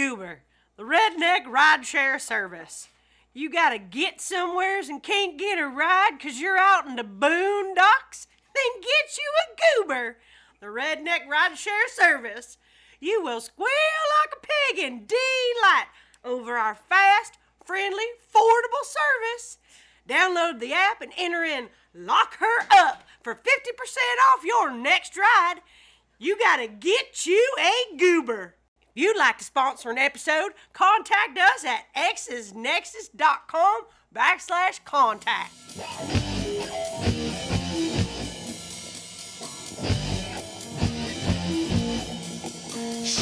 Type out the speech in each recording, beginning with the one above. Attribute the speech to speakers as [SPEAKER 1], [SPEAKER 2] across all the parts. [SPEAKER 1] Goober, the redneck rideshare service. You gotta get somewheres and can't get a ride you you're out in the boondocks? Then get you a goober, the redneck rideshare service. You will squeal like a pig in delight over our fast, friendly, affordable service. Download the app and enter in Lock Her Up for 50% off your next ride. You gotta get you a goober. If you'd like to sponsor an episode, contact us at xsnexus.com backslash contact.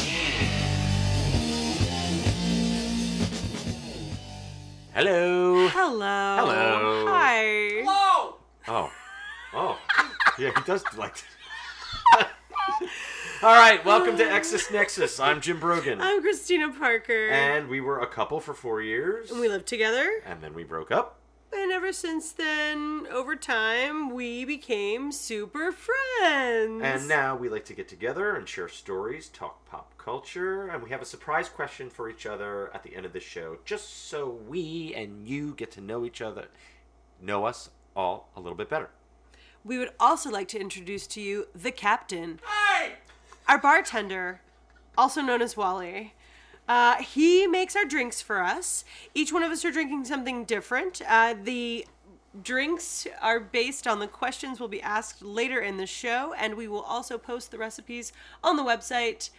[SPEAKER 1] Hello.
[SPEAKER 2] Hello. Hello.
[SPEAKER 1] Hi.
[SPEAKER 3] Hello!
[SPEAKER 2] Oh. Oh. Yeah, he does like that. All right, welcome to Exus Nexus. I'm Jim Brogan.
[SPEAKER 1] I'm Christina Parker.
[SPEAKER 2] And we were a couple for four years.
[SPEAKER 1] we lived together.
[SPEAKER 2] And then we broke up.
[SPEAKER 1] And ever since then, over time, we became super friends.
[SPEAKER 2] And now we like to get together and share stories, talk pop culture, and we have a surprise question for each other at the end of the show, just so we and you get to know each other, know us all a little bit better.
[SPEAKER 1] we would also like to introduce to you the captain.
[SPEAKER 3] Hey!
[SPEAKER 1] our bartender, also known as Wally, uh, he makes our drinks for us. Each one of us are drinking something different. Uh, the drinks are based on the questions we'll be asked later in the show, and we will also post the recipes on the website.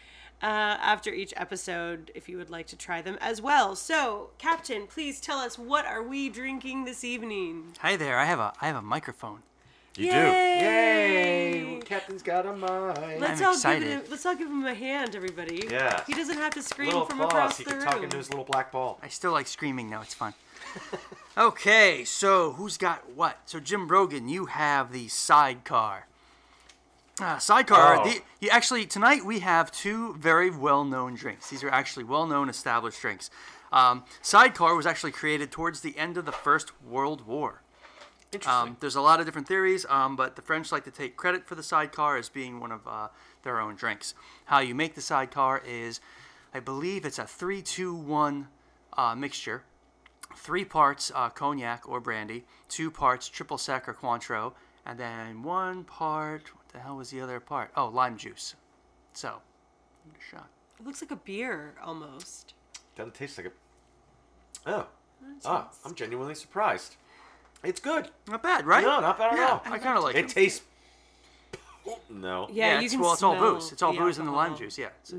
[SPEAKER 1] Uh, after each episode, if you would like to try them as well. So, Captain, please tell us what are we drinking this evening?
[SPEAKER 3] Hi there, I have a I have a microphone.
[SPEAKER 2] You
[SPEAKER 1] Yay!
[SPEAKER 2] do. Yay! Captain's got a mind.
[SPEAKER 1] Let's
[SPEAKER 3] I'm
[SPEAKER 1] all give
[SPEAKER 3] excited.
[SPEAKER 1] it. A, let's all give him a hand, everybody.
[SPEAKER 2] Yeah.
[SPEAKER 1] He doesn't have to scream
[SPEAKER 2] little
[SPEAKER 1] from
[SPEAKER 2] claws.
[SPEAKER 1] across
[SPEAKER 2] he
[SPEAKER 1] the
[SPEAKER 2] can
[SPEAKER 1] room.
[SPEAKER 2] talk into his little black ball.
[SPEAKER 3] I still like screaming now, it's fun. okay, so who's got what? So Jim Brogan, you have the sidecar. Uh, sidecar.
[SPEAKER 2] Oh.
[SPEAKER 3] The, you actually tonight we have two very well-known drinks. These are actually well-known established drinks. Um, sidecar was actually created towards the end of the First World War.
[SPEAKER 2] Interesting.
[SPEAKER 3] Um, there's a lot of different theories, um, but the French like to take credit for the sidecar as being one of uh, their own drinks. How you make the sidecar is, I believe it's a 3 2 1 uh, mixture three parts uh, cognac or brandy, two parts triple sec or Cointreau, and then one part, what the hell was the other part? Oh, lime juice. So, shot.
[SPEAKER 1] It looks like a beer almost.
[SPEAKER 2] Doesn't taste like it. Oh. Ah, I'm genuinely surprised. It's good.
[SPEAKER 3] Not bad, right?
[SPEAKER 2] No, not bad at
[SPEAKER 3] Yeah,
[SPEAKER 2] all.
[SPEAKER 3] I kind of like
[SPEAKER 2] it
[SPEAKER 3] it.
[SPEAKER 2] tastes. No.
[SPEAKER 1] Yeah, you
[SPEAKER 3] it's,
[SPEAKER 1] can
[SPEAKER 3] well, it's all
[SPEAKER 1] smell
[SPEAKER 3] booze. It's all
[SPEAKER 1] the
[SPEAKER 3] booze and the lime
[SPEAKER 1] alcohol.
[SPEAKER 3] juice. Yeah. It's-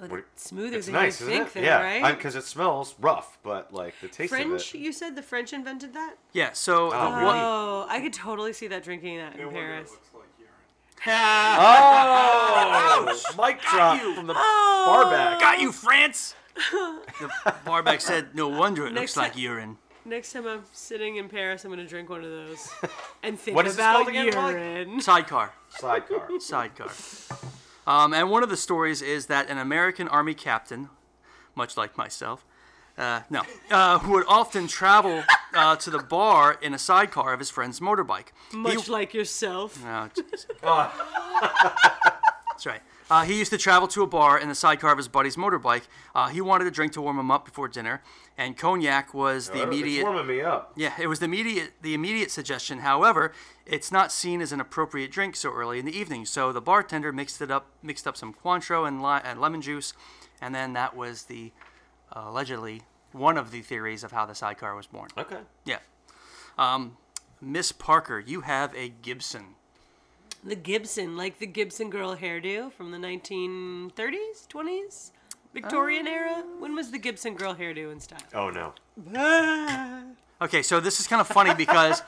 [SPEAKER 1] Like,
[SPEAKER 2] We're-
[SPEAKER 1] Oh, smoother
[SPEAKER 2] It's
[SPEAKER 1] than
[SPEAKER 2] nice,
[SPEAKER 1] you
[SPEAKER 2] isn't
[SPEAKER 1] think,
[SPEAKER 2] it?
[SPEAKER 1] though,
[SPEAKER 2] yeah,
[SPEAKER 1] right?
[SPEAKER 2] because it smells rough, but like the taste
[SPEAKER 1] French?
[SPEAKER 2] of it.
[SPEAKER 1] You said the French invented that?
[SPEAKER 3] Yeah. So uh, the
[SPEAKER 2] Oh,
[SPEAKER 3] one-
[SPEAKER 2] really?
[SPEAKER 1] Oh, I could totally see that drinking that in Paris.
[SPEAKER 3] Ah.
[SPEAKER 2] Oh, mic drop from the
[SPEAKER 1] Oh.
[SPEAKER 2] bar back.
[SPEAKER 3] Got you, France! the barback said, No wonder it
[SPEAKER 1] Next
[SPEAKER 3] looks like
[SPEAKER 1] time-
[SPEAKER 3] urine.
[SPEAKER 1] Next time I'm sitting in Paris, I'm gonna drink one of those and think
[SPEAKER 2] What is this
[SPEAKER 1] about
[SPEAKER 2] called again, Molly?
[SPEAKER 1] urine.
[SPEAKER 3] Sidecar.
[SPEAKER 2] Sidecar.
[SPEAKER 3] Sidecar. Um, and one of the stories is that an American Army captain, much like myself, uh, no, uh, would often travel uh, to the bar in a sidecar of his friend's motorbike. He-
[SPEAKER 1] Much like yourself.
[SPEAKER 3] Oh, jeez. That's right. Uh, he used to travel to a bar in the sidecar of his buddy's motorbike. Uh, he wanted a drink to warm him up before dinner, and cognac was the
[SPEAKER 2] Oh, It's
[SPEAKER 3] immediate.
[SPEAKER 2] warming me up.
[SPEAKER 3] Yeah, it was the immediate the immediate suggestion. However, it's not seen as an appropriate drink so early in the evening. So the bartender mixed it up, mixed up some Cointreau and, li- and lemon juice, and then that was the uh, allegedly one of the theories of how the sidecar was born.
[SPEAKER 2] Okay.
[SPEAKER 3] Yeah, um, Miss Parker, you have a Gibson.
[SPEAKER 1] The Gibson, like the Gibson girl hairdo from the 1930s, 20s, Victorian era. When was the Gibson girl hairdo in style?
[SPEAKER 2] Oh no. Ah.
[SPEAKER 3] Okay, so this is kind of funny because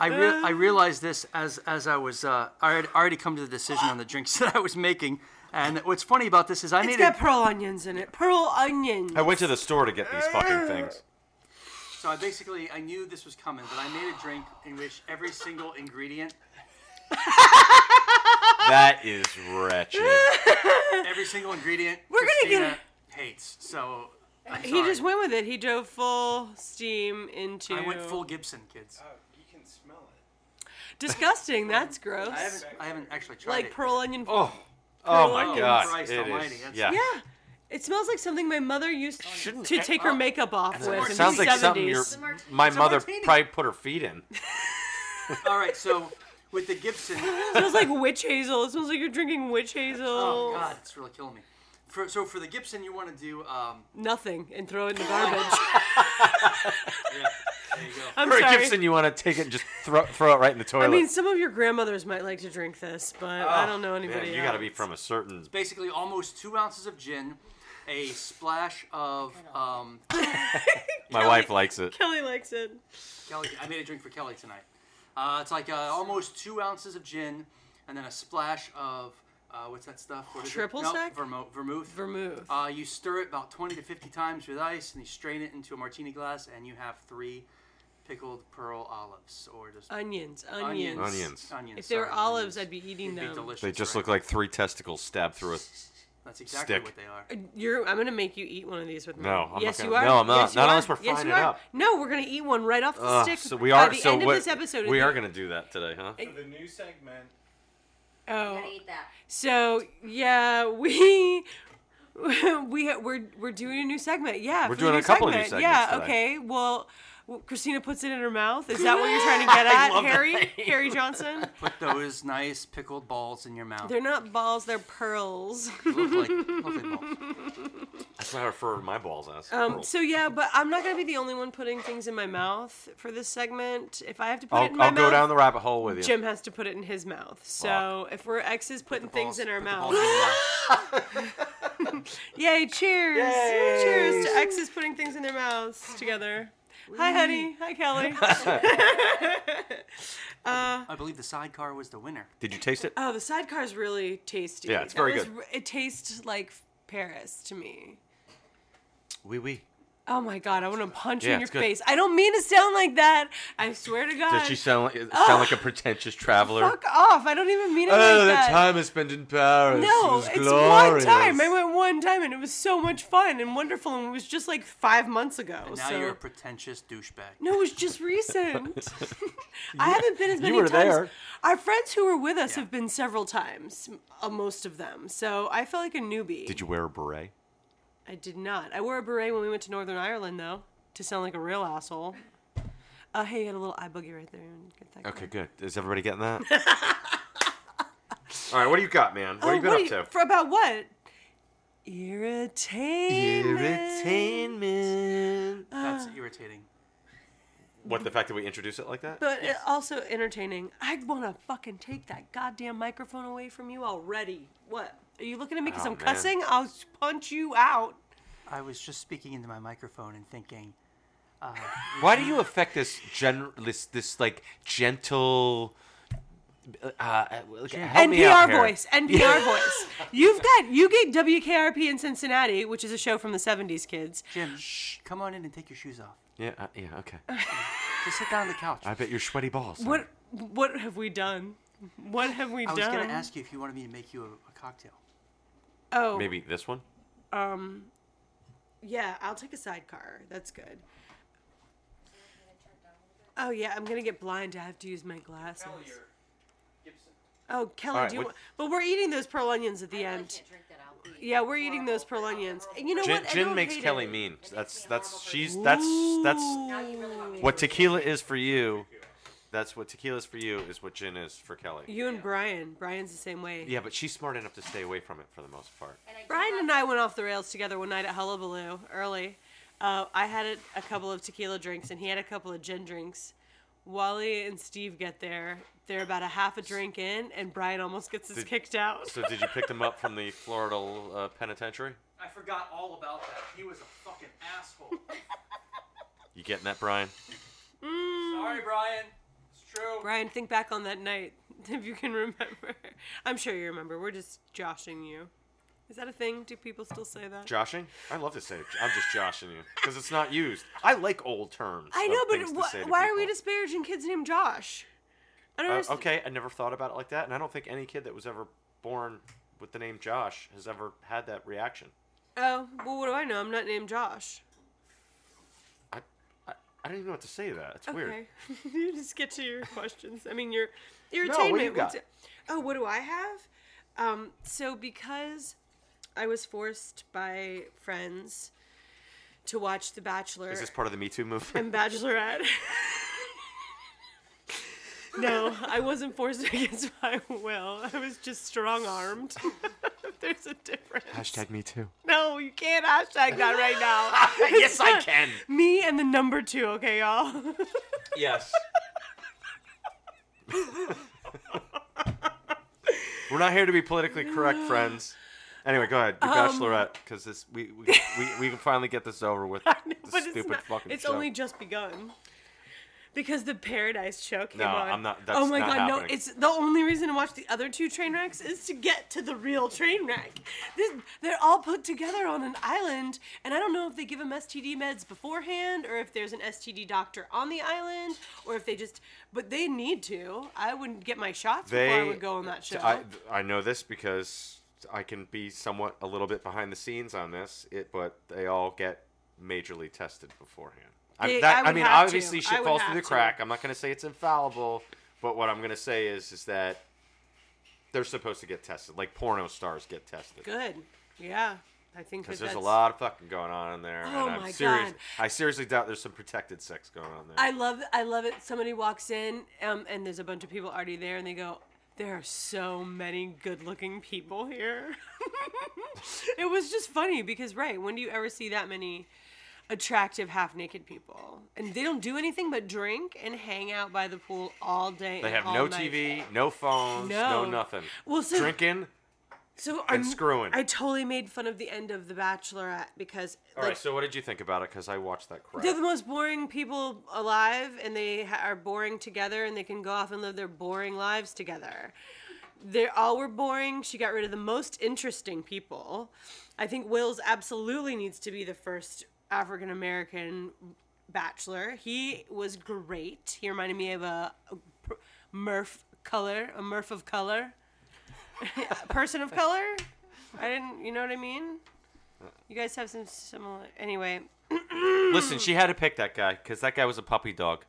[SPEAKER 3] I re- I realized this as as I was uh, I had already come to the decision on the drinks that I was making. And what's funny about this is I
[SPEAKER 1] It's
[SPEAKER 3] needed
[SPEAKER 1] got pearl onions in it. Pearl onions.
[SPEAKER 2] I went to the store to get these fucking things.
[SPEAKER 3] So I basically I knew this was coming, but I made a drink in which every single ingredient,
[SPEAKER 2] That is wretched.
[SPEAKER 3] every single ingredient,
[SPEAKER 1] We're gonna get
[SPEAKER 3] Christina hates. So I'm
[SPEAKER 1] He
[SPEAKER 3] sorry.
[SPEAKER 1] just went with it. He drove full steam into.
[SPEAKER 3] I went full Gibson, kids.
[SPEAKER 4] You can smell it.
[SPEAKER 1] Disgusting. That's gross.
[SPEAKER 3] I haven't I haven't actually tried
[SPEAKER 1] like
[SPEAKER 3] it.
[SPEAKER 1] pearl onion.
[SPEAKER 2] Oh, Oh my god!
[SPEAKER 3] Christ
[SPEAKER 2] it is-
[SPEAKER 3] almighty, that's-
[SPEAKER 2] yeah.
[SPEAKER 1] Yeah. It smells like something my mother used
[SPEAKER 2] Shouldn't
[SPEAKER 1] to
[SPEAKER 2] it- Oh.
[SPEAKER 1] take her makeup off
[SPEAKER 2] It
[SPEAKER 1] with in the
[SPEAKER 2] sounds like
[SPEAKER 1] 70s.
[SPEAKER 2] something your,
[SPEAKER 4] a martini.
[SPEAKER 2] my
[SPEAKER 3] It's a
[SPEAKER 2] mother
[SPEAKER 3] martini.
[SPEAKER 2] probably put her feet in.
[SPEAKER 3] All right, so with the Gibson.
[SPEAKER 1] It smells like witch hazel. It smells like you're drinking witch hazel.
[SPEAKER 3] Oh God, it's really killing me. For, so for the Gibson, you want to do. Um,
[SPEAKER 1] Nothing and throw
[SPEAKER 2] Oh,
[SPEAKER 1] it in the garbage.
[SPEAKER 3] yeah, there you go.
[SPEAKER 1] I'm
[SPEAKER 2] Or
[SPEAKER 1] sorry.
[SPEAKER 2] Gibson, you want to take it and just throw throw it right in the toilet?
[SPEAKER 1] I mean, some of your grandmothers might like to drink this, but I don't know anybody.
[SPEAKER 2] Oh, Man, you got to
[SPEAKER 1] else.
[SPEAKER 2] be from a certain.
[SPEAKER 3] Basically, almost two ounces of gin, a splash of. Um,
[SPEAKER 2] My wife likes it.
[SPEAKER 1] Kelly likes it.
[SPEAKER 3] Kelly, I made a drink for Kelly tonight. Uh, it's like uh, almost two ounces of gin, and then a splash of uh, what's that stuff? What is it?
[SPEAKER 1] Triple
[SPEAKER 3] no,
[SPEAKER 1] sec?
[SPEAKER 3] vermo- vermouth.
[SPEAKER 1] Vermouth.
[SPEAKER 3] Uh, you stir it about 20 to 50 times with ice, and you strain it into a martini glass, and you have three pickled pearl olives, or just
[SPEAKER 1] onions, onions.
[SPEAKER 3] onions.
[SPEAKER 2] Onions.
[SPEAKER 1] If they were
[SPEAKER 3] sorry,
[SPEAKER 1] olives, I'd
[SPEAKER 3] onions.
[SPEAKER 1] be eating
[SPEAKER 3] They'd be
[SPEAKER 1] them.
[SPEAKER 3] delicious,
[SPEAKER 2] They just
[SPEAKER 3] right?
[SPEAKER 2] look like three testicles stabbed through a.
[SPEAKER 3] That's exactly
[SPEAKER 2] stick.
[SPEAKER 3] what they are.
[SPEAKER 1] You're. I'm gonna make you eat one of these with me.
[SPEAKER 2] No, I'm
[SPEAKER 1] yes,
[SPEAKER 2] not
[SPEAKER 1] you
[SPEAKER 2] gonna-
[SPEAKER 1] are.
[SPEAKER 2] no, I'm not.
[SPEAKER 1] Yes, you are.
[SPEAKER 2] Not unless we're
[SPEAKER 1] yes,
[SPEAKER 2] frying
[SPEAKER 1] you
[SPEAKER 2] it
[SPEAKER 1] are.
[SPEAKER 2] up.
[SPEAKER 1] No, we're gonna eat one right off the
[SPEAKER 2] Ugh,
[SPEAKER 1] stick.
[SPEAKER 2] so we are.
[SPEAKER 1] By the
[SPEAKER 2] so
[SPEAKER 1] end
[SPEAKER 2] what-
[SPEAKER 1] of this episode,
[SPEAKER 2] we
[SPEAKER 1] it'd
[SPEAKER 2] are
[SPEAKER 1] be-
[SPEAKER 2] going to do that today, huh?
[SPEAKER 5] The new segment.
[SPEAKER 1] Oh,
[SPEAKER 4] Gotta eat that.
[SPEAKER 1] so yeah, we. We we're we're doing a new segment, yeah.
[SPEAKER 2] We're
[SPEAKER 1] for the
[SPEAKER 2] doing a couple of new
[SPEAKER 1] segment.
[SPEAKER 2] segments
[SPEAKER 1] Yeah,
[SPEAKER 2] today.
[SPEAKER 1] okay. Well, w- Christina puts it in her mouth. Is that what you're trying to get at,
[SPEAKER 2] love that
[SPEAKER 1] Harry?
[SPEAKER 2] name.
[SPEAKER 1] Harry Johnson.
[SPEAKER 3] Put those nice pickled balls in your mouth.
[SPEAKER 1] They're not balls. They're pearls.
[SPEAKER 3] look like, look like balls.
[SPEAKER 2] That's what I refer to my balls as.
[SPEAKER 1] Um,
[SPEAKER 2] Pearl.
[SPEAKER 1] so yeah, but I'm not gonna be the only one putting things in my mouth for this segment. If I have to put it in
[SPEAKER 2] I'll,
[SPEAKER 1] my
[SPEAKER 2] I'll
[SPEAKER 1] mouth,
[SPEAKER 2] go down the rabbit hole with you.
[SPEAKER 1] Jim has to put it in his mouth. So if we're exes putting things in
[SPEAKER 3] Balls-
[SPEAKER 1] our
[SPEAKER 3] put the
[SPEAKER 1] mouth,
[SPEAKER 3] balls in your mouth.
[SPEAKER 1] yay! Cheers!
[SPEAKER 2] Yay.
[SPEAKER 1] Cheers to exes putting things in their mouths together. Hi, honey. Hi, Kelly.
[SPEAKER 3] I believe the sidecar was the winner.
[SPEAKER 2] Did you taste it?
[SPEAKER 1] oh, the sidecar is really tasty.
[SPEAKER 2] Yeah, it's
[SPEAKER 1] That
[SPEAKER 2] very
[SPEAKER 1] was
[SPEAKER 2] good.
[SPEAKER 1] r- It tastes like Paris to me.
[SPEAKER 2] Wee wee.
[SPEAKER 1] Oh my god, I want to punch you
[SPEAKER 2] Yeah,
[SPEAKER 1] in your
[SPEAKER 2] it's good.
[SPEAKER 1] face. I don't mean to sound like that. I swear to God.
[SPEAKER 2] Did she sound like sound like a pretentious traveler?
[SPEAKER 1] Fuck off! I don't even mean it
[SPEAKER 2] Oh,
[SPEAKER 1] like
[SPEAKER 2] that
[SPEAKER 1] that.
[SPEAKER 2] time I spent in Paris.
[SPEAKER 1] No,
[SPEAKER 2] was
[SPEAKER 1] it's
[SPEAKER 2] glorious.
[SPEAKER 1] one time. I went one time, and it was so much fun and wonderful, and it was just like five months ago.
[SPEAKER 3] Now
[SPEAKER 1] so.
[SPEAKER 3] you're a pretentious douchebag.
[SPEAKER 1] no, it was just recent. I haven't been as many
[SPEAKER 2] were
[SPEAKER 1] times.
[SPEAKER 2] there.
[SPEAKER 1] Our friends who were with us
[SPEAKER 3] Yeah.
[SPEAKER 1] have been several times, m- uh, most of them. So I felt like a newbie.
[SPEAKER 2] Did you wear a beret?
[SPEAKER 1] I did not. I wore a beret when we went to Northern Ireland, though, to sound like a real asshole. Uh, hey, you had a little eye boogie right there. Get that
[SPEAKER 2] Okay,
[SPEAKER 1] going.
[SPEAKER 2] good. Is everybody getting that? All right, what do you got, man? What
[SPEAKER 1] Oh,
[SPEAKER 2] have you been
[SPEAKER 1] what
[SPEAKER 2] up
[SPEAKER 1] do you-
[SPEAKER 2] to?
[SPEAKER 1] For about what? Irritated.
[SPEAKER 2] Entertainment.
[SPEAKER 3] That's irritating.
[SPEAKER 2] What the fact that we introduce it like that?
[SPEAKER 1] But it also entertaining. I want to fucking take that goddamn microphone away from you already. What? Are you looking at me because
[SPEAKER 2] Oh,
[SPEAKER 1] I'm
[SPEAKER 2] man.
[SPEAKER 1] cussing? I'll s- punch you out.
[SPEAKER 3] I was just speaking into my microphone and thinking,
[SPEAKER 2] Why do you affect this gen this this like gentle? Uh, help me
[SPEAKER 1] NPR
[SPEAKER 2] out here.
[SPEAKER 1] voice. NPR voice. You've got you get WKRP in Cincinnati, which is a show from the '70s, kids.
[SPEAKER 3] Jim, come on in and take your shoes off.
[SPEAKER 2] Yeah, uh, yeah, okay.
[SPEAKER 3] Just sit down on the couch.
[SPEAKER 2] I bet you're sweaty balls.
[SPEAKER 1] What what have we done? What have we
[SPEAKER 3] I was
[SPEAKER 1] done?
[SPEAKER 3] going to ask you if you wanted me to make you a, a cocktail.
[SPEAKER 1] Oh,
[SPEAKER 2] Maybe this one.
[SPEAKER 1] Yeah, I'll take a sidecar. That's good. Oh yeah, I'm gonna get blind. I have to use my glasses. Oh, Kelly,
[SPEAKER 2] All right,
[SPEAKER 1] do you
[SPEAKER 2] what-
[SPEAKER 1] want? But we're eating those pearl onions at
[SPEAKER 4] I
[SPEAKER 1] the
[SPEAKER 4] really
[SPEAKER 1] end.
[SPEAKER 4] can't drink that. I'll be
[SPEAKER 1] Yeah, we're eating those pearl
[SPEAKER 4] horrible.
[SPEAKER 1] onions. And you know
[SPEAKER 2] Gin,
[SPEAKER 1] what? I
[SPEAKER 2] gin
[SPEAKER 1] don't
[SPEAKER 2] makes
[SPEAKER 1] hate
[SPEAKER 2] Kelly
[SPEAKER 1] it.
[SPEAKER 2] mean. That's
[SPEAKER 4] me a
[SPEAKER 2] that's
[SPEAKER 4] horrible
[SPEAKER 2] she's
[SPEAKER 4] person.
[SPEAKER 2] that's that's
[SPEAKER 4] Now you really want me to
[SPEAKER 2] what tequila is for you. That's what tequila is for you. Is what gin is for Kelly.
[SPEAKER 1] You and Brian. Brian's the same way.
[SPEAKER 2] Yeah, but she's smart enough to stay away from it for the most part.
[SPEAKER 4] And I do
[SPEAKER 1] Brian
[SPEAKER 4] love-
[SPEAKER 1] and I went off the rails together one night at Hullabaloo early. Uh, I had a, a couple of tequila drinks and he had a couple of gin drinks. Wally and Steve get there. They're about a half a drink in, and Brian almost gets us
[SPEAKER 2] Did-
[SPEAKER 1] kicked out.
[SPEAKER 2] So did you pick them up from the Florida uh, penitentiary?
[SPEAKER 3] I forgot all about that. He was a fucking asshole.
[SPEAKER 2] You getting that, Brian?
[SPEAKER 3] Sorry, Brian. It's true.
[SPEAKER 1] Brian, think back on that night if you can remember. I'm sure you remember. We're just joshing you. Is that a thing? Do people still say that?
[SPEAKER 2] Joshing? I love to say it. I'm just joshing you because it's not used. I like old terms.
[SPEAKER 1] I
[SPEAKER 2] of
[SPEAKER 1] know, but
[SPEAKER 2] things to say
[SPEAKER 1] wh-
[SPEAKER 2] to
[SPEAKER 1] why are we
[SPEAKER 2] people.
[SPEAKER 1] disparaging kids named Josh? I don't
[SPEAKER 2] Uh,
[SPEAKER 1] understand.
[SPEAKER 2] okay, I never thought about it like that, and I don't think any kid that was ever born with the name Josh has ever had that reaction.
[SPEAKER 1] Oh, well, what do I know? I'm not named Josh.
[SPEAKER 2] I, I, I don't even know what to say to that. It's weird.
[SPEAKER 1] Okay. you just get to your questions. I mean, your
[SPEAKER 2] No, what do you
[SPEAKER 1] entertainment.
[SPEAKER 2] got?
[SPEAKER 1] oh, what do I have? Um, so because I was forced by friends to watch The Bachelor
[SPEAKER 2] Is this part of the Me Too movement?
[SPEAKER 1] and Bachelorette. no, I wasn't forced against my will. I was just strong armed. There's a difference.
[SPEAKER 2] Hashtag Me Too.
[SPEAKER 1] No, you can't hashtag that right now.
[SPEAKER 2] yes, I can.
[SPEAKER 1] Me and the number two, okay, y'all?
[SPEAKER 2] Yes. We're not here to be politically correct, friends. Anyway, go ahead. Your
[SPEAKER 1] Um,
[SPEAKER 2] bachelorette, because this we we, we we can finally get this over with.
[SPEAKER 1] No,
[SPEAKER 2] this
[SPEAKER 1] but
[SPEAKER 2] stupid
[SPEAKER 1] it's not,
[SPEAKER 2] fucking
[SPEAKER 1] It's
[SPEAKER 2] show.
[SPEAKER 1] only just begun. Because the Paradise show came
[SPEAKER 2] No,
[SPEAKER 1] on.
[SPEAKER 2] I'm not-
[SPEAKER 1] oh
[SPEAKER 2] that's
[SPEAKER 1] my
[SPEAKER 2] not
[SPEAKER 1] god,
[SPEAKER 2] happening.
[SPEAKER 1] no! It's the only reason to watch the other two train wrecks is to get to the real train wreck. This, they're all put together on an island, and I don't know if they give them STD meds beforehand, or if there's an STD doctor on the island, or if they just. But they need to. I wouldn't get my shots before I would go on that show.
[SPEAKER 2] I, I know this because I can be somewhat a little bit behind the scenes on this, it, but they all get majorly tested beforehand. I,
[SPEAKER 1] They-
[SPEAKER 2] that,
[SPEAKER 1] I
[SPEAKER 2] I,
[SPEAKER 1] would
[SPEAKER 2] mean,
[SPEAKER 1] have to.
[SPEAKER 2] obviously,
[SPEAKER 1] I
[SPEAKER 2] shit
[SPEAKER 1] would
[SPEAKER 2] falls through
[SPEAKER 1] have
[SPEAKER 2] the
[SPEAKER 1] to.
[SPEAKER 2] crack. I'm not going to say it's infallible, but what I'm going to say is, is that they're supposed to get tested, like porno stars get tested.
[SPEAKER 1] Good. Yeah, I think that
[SPEAKER 2] Because there's a
[SPEAKER 1] that's-
[SPEAKER 2] lot of fucking going on in there,
[SPEAKER 1] Oh
[SPEAKER 2] and I'm
[SPEAKER 1] my
[SPEAKER 2] serious.
[SPEAKER 1] God.
[SPEAKER 2] I seriously doubt there's some protected sex going on there.
[SPEAKER 1] I love I love it. Somebody walks in, um, and there's a bunch of people already there, and they go, "There are so many good-looking people here." it was just funny because, right? When do you ever see that many attractive half-naked people? And they don't do anything but drink and hang out by the pool all day.
[SPEAKER 2] they
[SPEAKER 1] and
[SPEAKER 2] have
[SPEAKER 1] all
[SPEAKER 2] no
[SPEAKER 1] night.
[SPEAKER 2] TV, no phones, no,
[SPEAKER 1] Oh No.
[SPEAKER 2] nothing.
[SPEAKER 1] Well, so-
[SPEAKER 2] drinking.
[SPEAKER 1] So
[SPEAKER 2] and
[SPEAKER 1] I'm
[SPEAKER 2] screwing.
[SPEAKER 1] I totally made fun of the end of The Bachelorette because,
[SPEAKER 2] All right.
[SPEAKER 1] like,
[SPEAKER 2] So, what did you think about it? Because I watched that crap.
[SPEAKER 1] They're the most boring people alive, and they ha- are boring together, and they can go off and live their boring lives together. They all were boring. She got rid of the most interesting people. I think Will's absolutely needs to be the first African American bachelor. He was great. He reminded me of a, a pr- Murph color, a Murph of color, person of color. I didn't. You know what I mean? You guys have some similar. Anyway,
[SPEAKER 2] Listen, she had to pick that guy because that guy was a puppy dog,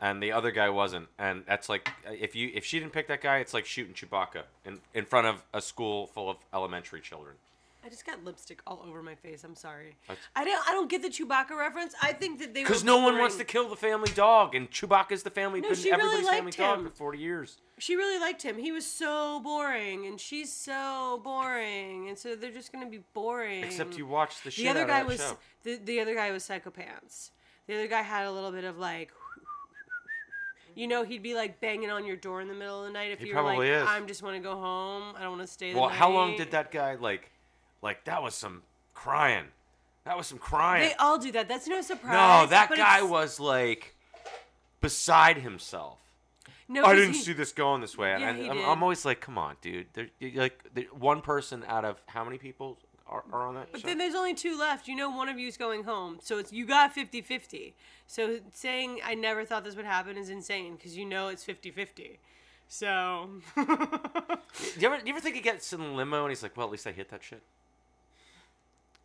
[SPEAKER 2] and the other guy wasn't. And that's like if you if she didn't pick that guy, it's like shooting Chewbacca in in front of a school full of elementary children.
[SPEAKER 1] I just got lipstick all over my face. I'm sorry.
[SPEAKER 2] That's-
[SPEAKER 1] I don't. I don't get the Chewbacca reference. I think that they
[SPEAKER 2] Because
[SPEAKER 1] were
[SPEAKER 2] no one wants to
[SPEAKER 1] boring.
[SPEAKER 2] kill the family dog, and Chewbacca's the family.
[SPEAKER 1] No,
[SPEAKER 2] been
[SPEAKER 1] she really
[SPEAKER 2] everybody's family
[SPEAKER 1] liked
[SPEAKER 2] dog
[SPEAKER 1] him.
[SPEAKER 2] for forty years.
[SPEAKER 1] She really liked him. He was so boring, and she's so boring, and so they're just gonna be boring.
[SPEAKER 2] Except you watched the shit
[SPEAKER 1] the other
[SPEAKER 2] out
[SPEAKER 1] guy
[SPEAKER 2] of that
[SPEAKER 1] was
[SPEAKER 2] show.
[SPEAKER 1] the the other guy was psychopants. The other guy had a little bit of like. You know, he'd be like banging on your door in the middle of the night if
[SPEAKER 2] He
[SPEAKER 1] you were like,
[SPEAKER 2] probably is.
[SPEAKER 1] "I'm just want to go home. I don't want to stay." the
[SPEAKER 2] Well, how long
[SPEAKER 1] night."
[SPEAKER 2] did that guy like? Like that was some crying. That was some crying.
[SPEAKER 1] They all do that. That's no surprise.
[SPEAKER 2] no, that
[SPEAKER 1] but
[SPEAKER 2] guy
[SPEAKER 1] it's-
[SPEAKER 2] was like beside himself.
[SPEAKER 1] No,
[SPEAKER 2] I
[SPEAKER 1] 'cause
[SPEAKER 2] didn't
[SPEAKER 1] he-
[SPEAKER 2] see this going this way. And
[SPEAKER 1] Yeah,
[SPEAKER 2] I,
[SPEAKER 1] he
[SPEAKER 2] I'm,
[SPEAKER 1] did.
[SPEAKER 2] I'm always like, come on, dude. There, you- like there, one person out of how many people are, are on that?
[SPEAKER 1] But
[SPEAKER 2] show?
[SPEAKER 1] then there's only two left. You know, one of you's going home. So it's you got 50 50. So saying I never thought this would happen is insane because you know it's 50 50. So
[SPEAKER 2] do, you ever, do you ever think he gets in the limo and he's like, well, at least I hit that shit?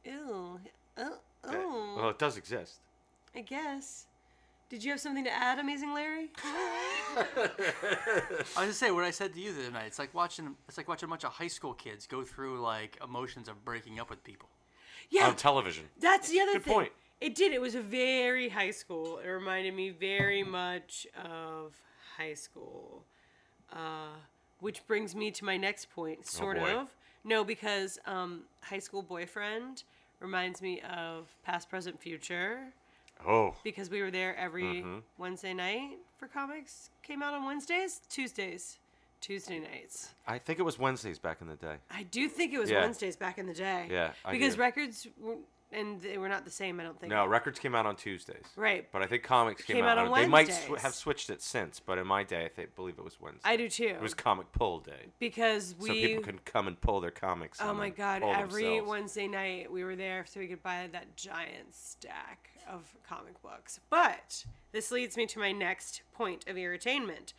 [SPEAKER 1] ew, oh,
[SPEAKER 2] That-
[SPEAKER 1] oh,
[SPEAKER 2] Well, it does exist.
[SPEAKER 1] I guess. Did you have something to add, Amazing Larry?
[SPEAKER 3] I was gonna say what I said to you the other night. It's like watching. It's like watching a bunch of high school kids go through like emotions of breaking up with people.
[SPEAKER 1] Yeah,
[SPEAKER 2] On television.
[SPEAKER 1] that's the other
[SPEAKER 2] good
[SPEAKER 1] thing.
[SPEAKER 2] point.
[SPEAKER 1] It did. It was a very high school. It reminded me very much of high school. Uh, which brings me to my next point, sort
[SPEAKER 2] Oh, boy.
[SPEAKER 1] of. No, because um, high school boyfriend reminds me of past, present, future
[SPEAKER 2] Oh.
[SPEAKER 1] because we were there every
[SPEAKER 2] Mm-hmm.
[SPEAKER 1] Wednesday night for comics. Came out on Wednesdays, Tuesdays, Tuesday nights.
[SPEAKER 2] I think it was Wednesdays back in the day.
[SPEAKER 1] I do think it was
[SPEAKER 2] Yeah.
[SPEAKER 1] Wednesdays back in the day.
[SPEAKER 2] Yeah, I
[SPEAKER 1] because
[SPEAKER 2] do.
[SPEAKER 1] records were, and they were not the same. I don't think.
[SPEAKER 2] No, records came out on Tuesdays.
[SPEAKER 1] Right.
[SPEAKER 2] But I think comics came,
[SPEAKER 1] Came
[SPEAKER 2] out,
[SPEAKER 1] out
[SPEAKER 2] on
[SPEAKER 1] on
[SPEAKER 2] They might
[SPEAKER 1] Wednesdays.
[SPEAKER 2] sw- have switched it since, but in my day, I think, believe it was Wednesday.
[SPEAKER 1] I do too.
[SPEAKER 2] It was comic pull day.
[SPEAKER 1] because we
[SPEAKER 2] so people can come and pull their comics.
[SPEAKER 1] Oh
[SPEAKER 2] and
[SPEAKER 1] my
[SPEAKER 2] then
[SPEAKER 1] god!
[SPEAKER 2] pull
[SPEAKER 1] Every
[SPEAKER 2] themselves.
[SPEAKER 1] Wednesday night we were there so we could buy that giant stack of comic books. But this leads me to my next point of irritainment.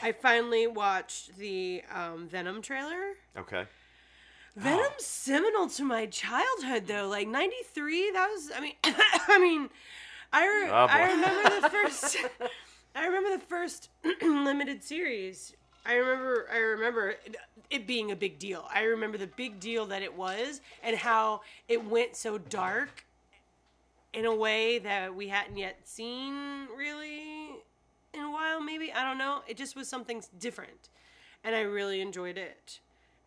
[SPEAKER 1] I finally watched the um, Venom trailer.
[SPEAKER 2] Okay. Oh.
[SPEAKER 1] Venom's seminal to my childhood though. Like '93, that was. I mean, I mean, I, re-
[SPEAKER 2] Oh, boy.
[SPEAKER 1] I remember the first. I remember the first limited series I remember I remember it- it being a big deal. I remember the big deal that it was and how it went so dark in a way that we hadn't yet seen really in a while maybe. I don't know. It just was something s- different. And I really enjoyed it.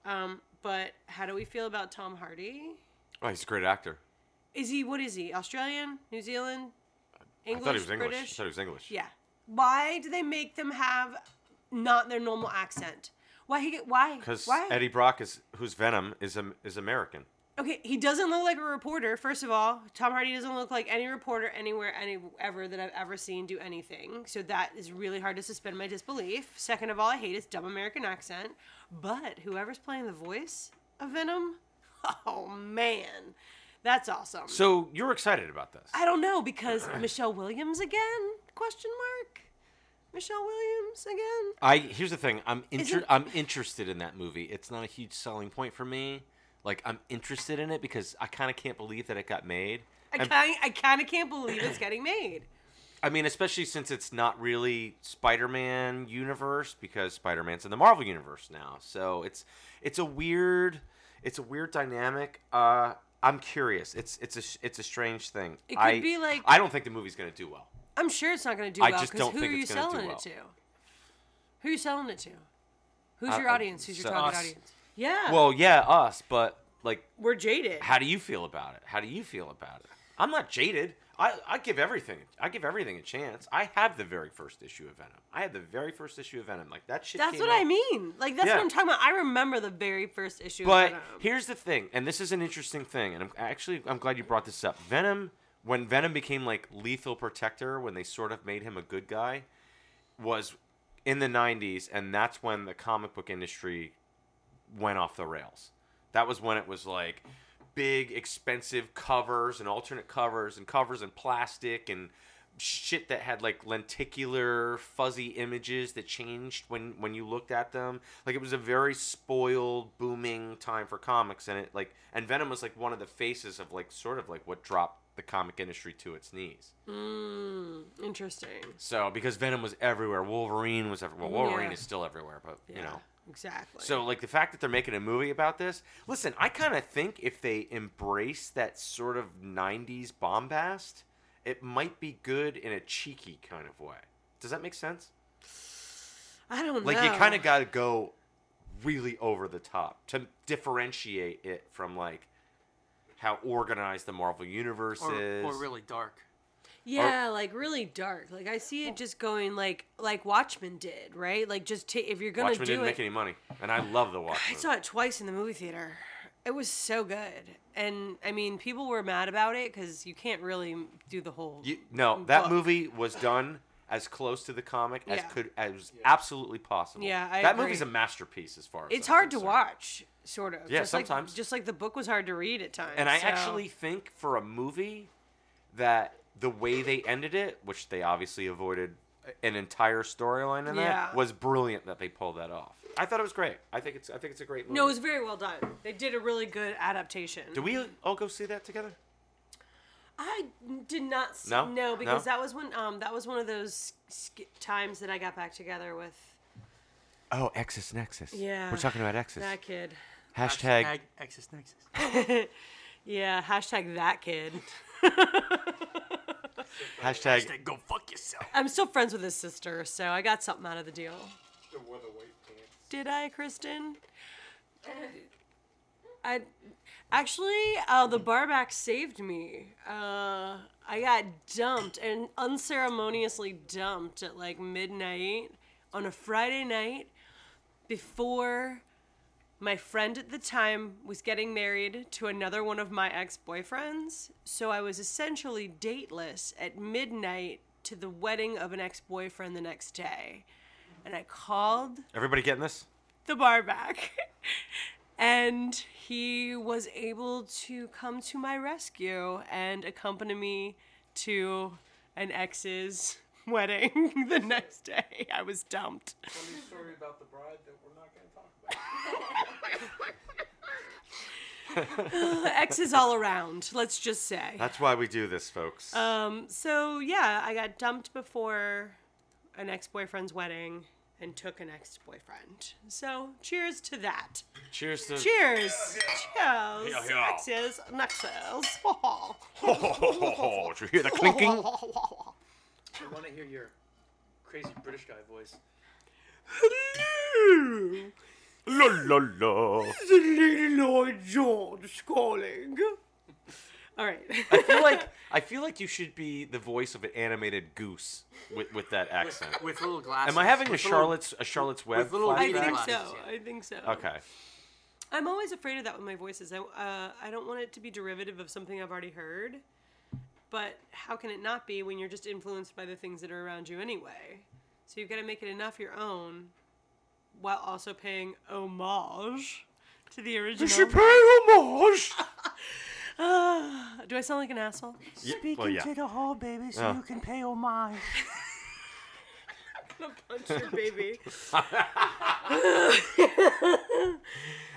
[SPEAKER 1] Um, but how do we feel about Tom Hardy?
[SPEAKER 2] Oh, he's a great actor.
[SPEAKER 1] Is he what is he? Australian? New Zealand? English?
[SPEAKER 2] I thought he was English.
[SPEAKER 1] British?
[SPEAKER 2] I thought he was English.
[SPEAKER 1] Yeah. Why do they make them have not their normal accent? Why he get why?
[SPEAKER 2] Because
[SPEAKER 1] why?
[SPEAKER 2] Eddie Brock is who's Venom is um, is American.
[SPEAKER 1] Okay, he doesn't look like a reporter. First of all, Tom Hardy doesn't look like any reporter anywhere, any ever that I've ever seen do anything. So that is really hard to suspend my disbelief. Second of all, I hate his dumb American accent. But whoever's playing the voice of Venom, oh man, that's awesome.
[SPEAKER 2] So you're excited about this?
[SPEAKER 1] I don't know because Michelle Williams again? Question mark. Michelle Williams again.
[SPEAKER 2] I here's the thing. I'm inter-
[SPEAKER 1] Isn't-
[SPEAKER 2] I'm interested in that movie. It's not a huge selling point for me. Like I'm interested in it because I kind of can't believe that it got made.
[SPEAKER 1] I
[SPEAKER 2] I'm-
[SPEAKER 1] kind I kind of can't believe it's getting made.
[SPEAKER 2] I mean, especially since it's not really Spider-Man universe because Spider-Man's in the Marvel universe now. So it's it's a weird it's a weird dynamic. Uh, I'm curious. It's it's a sh- it's a strange thing.
[SPEAKER 1] It could
[SPEAKER 2] I,
[SPEAKER 1] be like-
[SPEAKER 2] I don't think the movie's gonna do well.
[SPEAKER 1] I'm sure it's not going to do
[SPEAKER 2] I
[SPEAKER 1] well
[SPEAKER 2] just
[SPEAKER 1] because
[SPEAKER 2] don't
[SPEAKER 1] who are
[SPEAKER 2] think
[SPEAKER 1] you
[SPEAKER 2] it's gonna do
[SPEAKER 1] selling
[SPEAKER 2] well.
[SPEAKER 1] it to? Who are you selling it to? Who's
[SPEAKER 2] I-
[SPEAKER 1] your
[SPEAKER 2] I-
[SPEAKER 1] audience? Who's your
[SPEAKER 2] so-
[SPEAKER 1] target
[SPEAKER 3] Us.
[SPEAKER 1] audience? Yeah.
[SPEAKER 2] uh, Well, yeah, us, but like,
[SPEAKER 1] we're jaded.
[SPEAKER 2] how do you feel about it? How do you feel about it? I'm not jaded. I, I give everything. I give everything a chance. I have the very first issue of Venom. I had the very first issue of Venom. Like that shit.
[SPEAKER 1] that's
[SPEAKER 2] came
[SPEAKER 1] what
[SPEAKER 2] out-
[SPEAKER 1] I mean. Like that's
[SPEAKER 2] Yeah.
[SPEAKER 1] what I'm talking about. I remember the very first issue.
[SPEAKER 2] But
[SPEAKER 1] of Venom.
[SPEAKER 2] here's the thing, and this is an interesting thing, and I'm actually I'm glad you brought this up. Venom, when Venom became like Lethal Protector, when they sort of made him a good guy, was in the '90s, and that's when the comic book industry went off the rails. That was when it was like big, expensive covers and alternate covers and covers in plastic and shit that had like lenticular, fuzzy images that changed when when you looked at them. Like it was a very spoiled, booming time for comics, and it like and Venom was like one of the faces of like sort of like what dropped the comic industry to its knees.
[SPEAKER 1] Mm, interesting.
[SPEAKER 2] So because Venom was everywhere, Wolverine was everywhere. Well, Wolverine
[SPEAKER 1] Yeah.
[SPEAKER 2] is still everywhere, but you
[SPEAKER 1] Yeah,
[SPEAKER 2] know.
[SPEAKER 1] exactly.
[SPEAKER 2] So, like the fact that they're making a movie about this, listen, I kind of think if they embrace that sort of '90s bombast, it might be good in a cheeky kind of way. Does that make sense?
[SPEAKER 1] I don't
[SPEAKER 2] Like
[SPEAKER 1] know.
[SPEAKER 2] you kind of got to go really over the top to differentiate it from like how organized the Marvel universe
[SPEAKER 3] Or,
[SPEAKER 2] is.
[SPEAKER 3] or really dark.
[SPEAKER 1] Yeah, like really dark. Like I see it just going like like Watchmen did, right? Like just ta if you're gonna
[SPEAKER 2] Watchmen
[SPEAKER 1] do
[SPEAKER 2] didn't
[SPEAKER 1] it,
[SPEAKER 2] make any money, and I love the
[SPEAKER 1] I
[SPEAKER 2] Watchmen.
[SPEAKER 1] saw it twice in the movie theater. It was so good. And I mean, people were mad about it because you can't really do the whole.
[SPEAKER 2] You, no, that
[SPEAKER 1] Book.
[SPEAKER 2] movie was done as close to the comic as
[SPEAKER 1] Yeah.
[SPEAKER 2] could as absolutely possible.
[SPEAKER 1] Yeah, I
[SPEAKER 2] that
[SPEAKER 1] agree.
[SPEAKER 2] movie's a masterpiece as far as
[SPEAKER 1] it's
[SPEAKER 2] I'm
[SPEAKER 1] hard to
[SPEAKER 2] concerned.
[SPEAKER 1] watch, sort of.
[SPEAKER 2] Yeah,
[SPEAKER 1] just
[SPEAKER 2] sometimes.
[SPEAKER 1] Like, just like the book was hard to read at times.
[SPEAKER 2] And I
[SPEAKER 1] so-
[SPEAKER 2] actually think for a movie that the way they ended it, which they obviously avoided an entire storyline in
[SPEAKER 1] Yeah.
[SPEAKER 2] that, was brilliant that they pulled that off. I thought it was great. I think it's I think it's a great movie.
[SPEAKER 1] No, it was very well done. They did a really good adaptation.
[SPEAKER 2] Did we all go see that together?
[SPEAKER 1] I did not. s-
[SPEAKER 2] No?
[SPEAKER 1] No, because
[SPEAKER 2] No?
[SPEAKER 1] that was when um that was one of those sk- times that I got back together with
[SPEAKER 2] Oh, Exus Nexus.
[SPEAKER 1] Yeah.
[SPEAKER 2] We're talking about Exus.
[SPEAKER 1] that kid.
[SPEAKER 2] Hashtag
[SPEAKER 3] Exis Nexus.
[SPEAKER 1] Yeah, hashtag that kid.
[SPEAKER 2] hashtag
[SPEAKER 3] Hashtag go fuck yourself.
[SPEAKER 1] I'm still friends with his sister, so I got something out of the deal. Did I, Kristen? I actually uh, the barback saved me. Uh, I got dumped and unceremoniously dumped at like midnight on a Friday night before my friend at the time was getting married to another one of my ex-boyfriends. So I was essentially dateless at midnight to the wedding of an ex-boyfriend the next day. And I called
[SPEAKER 2] Everybody getting this?
[SPEAKER 1] the bar back. and he was able to come to my rescue and accompany me to an ex's wedding the next day. I was dumped.
[SPEAKER 5] funny story about the bride that we're not going to talk about.
[SPEAKER 1] Exes all around, let's just say.
[SPEAKER 2] That's why we do this, folks.
[SPEAKER 1] Uh, Um, so yeah, I got dumped before an ex boyfriend's wedding and took an ex boyfriend. So, cheers to that.
[SPEAKER 2] Cheers to.
[SPEAKER 1] Cheers! Cheers!
[SPEAKER 2] Yeah, yeah.
[SPEAKER 1] Exes, Nexus.
[SPEAKER 2] Ho, ho, ho, ho, ho. Oh, Did you hear the clinking?
[SPEAKER 3] I want to hear your crazy British guy voice.
[SPEAKER 1] Hello!
[SPEAKER 2] la la la.
[SPEAKER 1] The Lady Lloyd George calling. All right.
[SPEAKER 2] I feel like I feel like you should be the voice of an animated goose with, with that accent.
[SPEAKER 3] With little glasses.
[SPEAKER 2] Am I having a
[SPEAKER 3] With little-
[SPEAKER 2] Charlotte's a Charlotte's Web?
[SPEAKER 3] little
[SPEAKER 1] I
[SPEAKER 2] flashback?
[SPEAKER 1] think
[SPEAKER 3] Relax.
[SPEAKER 1] so. I think so.
[SPEAKER 2] Okay.
[SPEAKER 1] I'm always afraid of that with my voices. I, uh, I don't want it to be derivative of something I've already heard. But how can it not be when you're just influenced by the things that are around you anyway? So you've got to make it enough your own while also paying homage to the original.
[SPEAKER 2] homage.
[SPEAKER 1] Ah, do I sound like an asshole?
[SPEAKER 2] Speaking well, yeah.
[SPEAKER 3] the hall, baby, so
[SPEAKER 2] Oh. you
[SPEAKER 3] can pay homage.
[SPEAKER 1] I'm gonna punch your baby.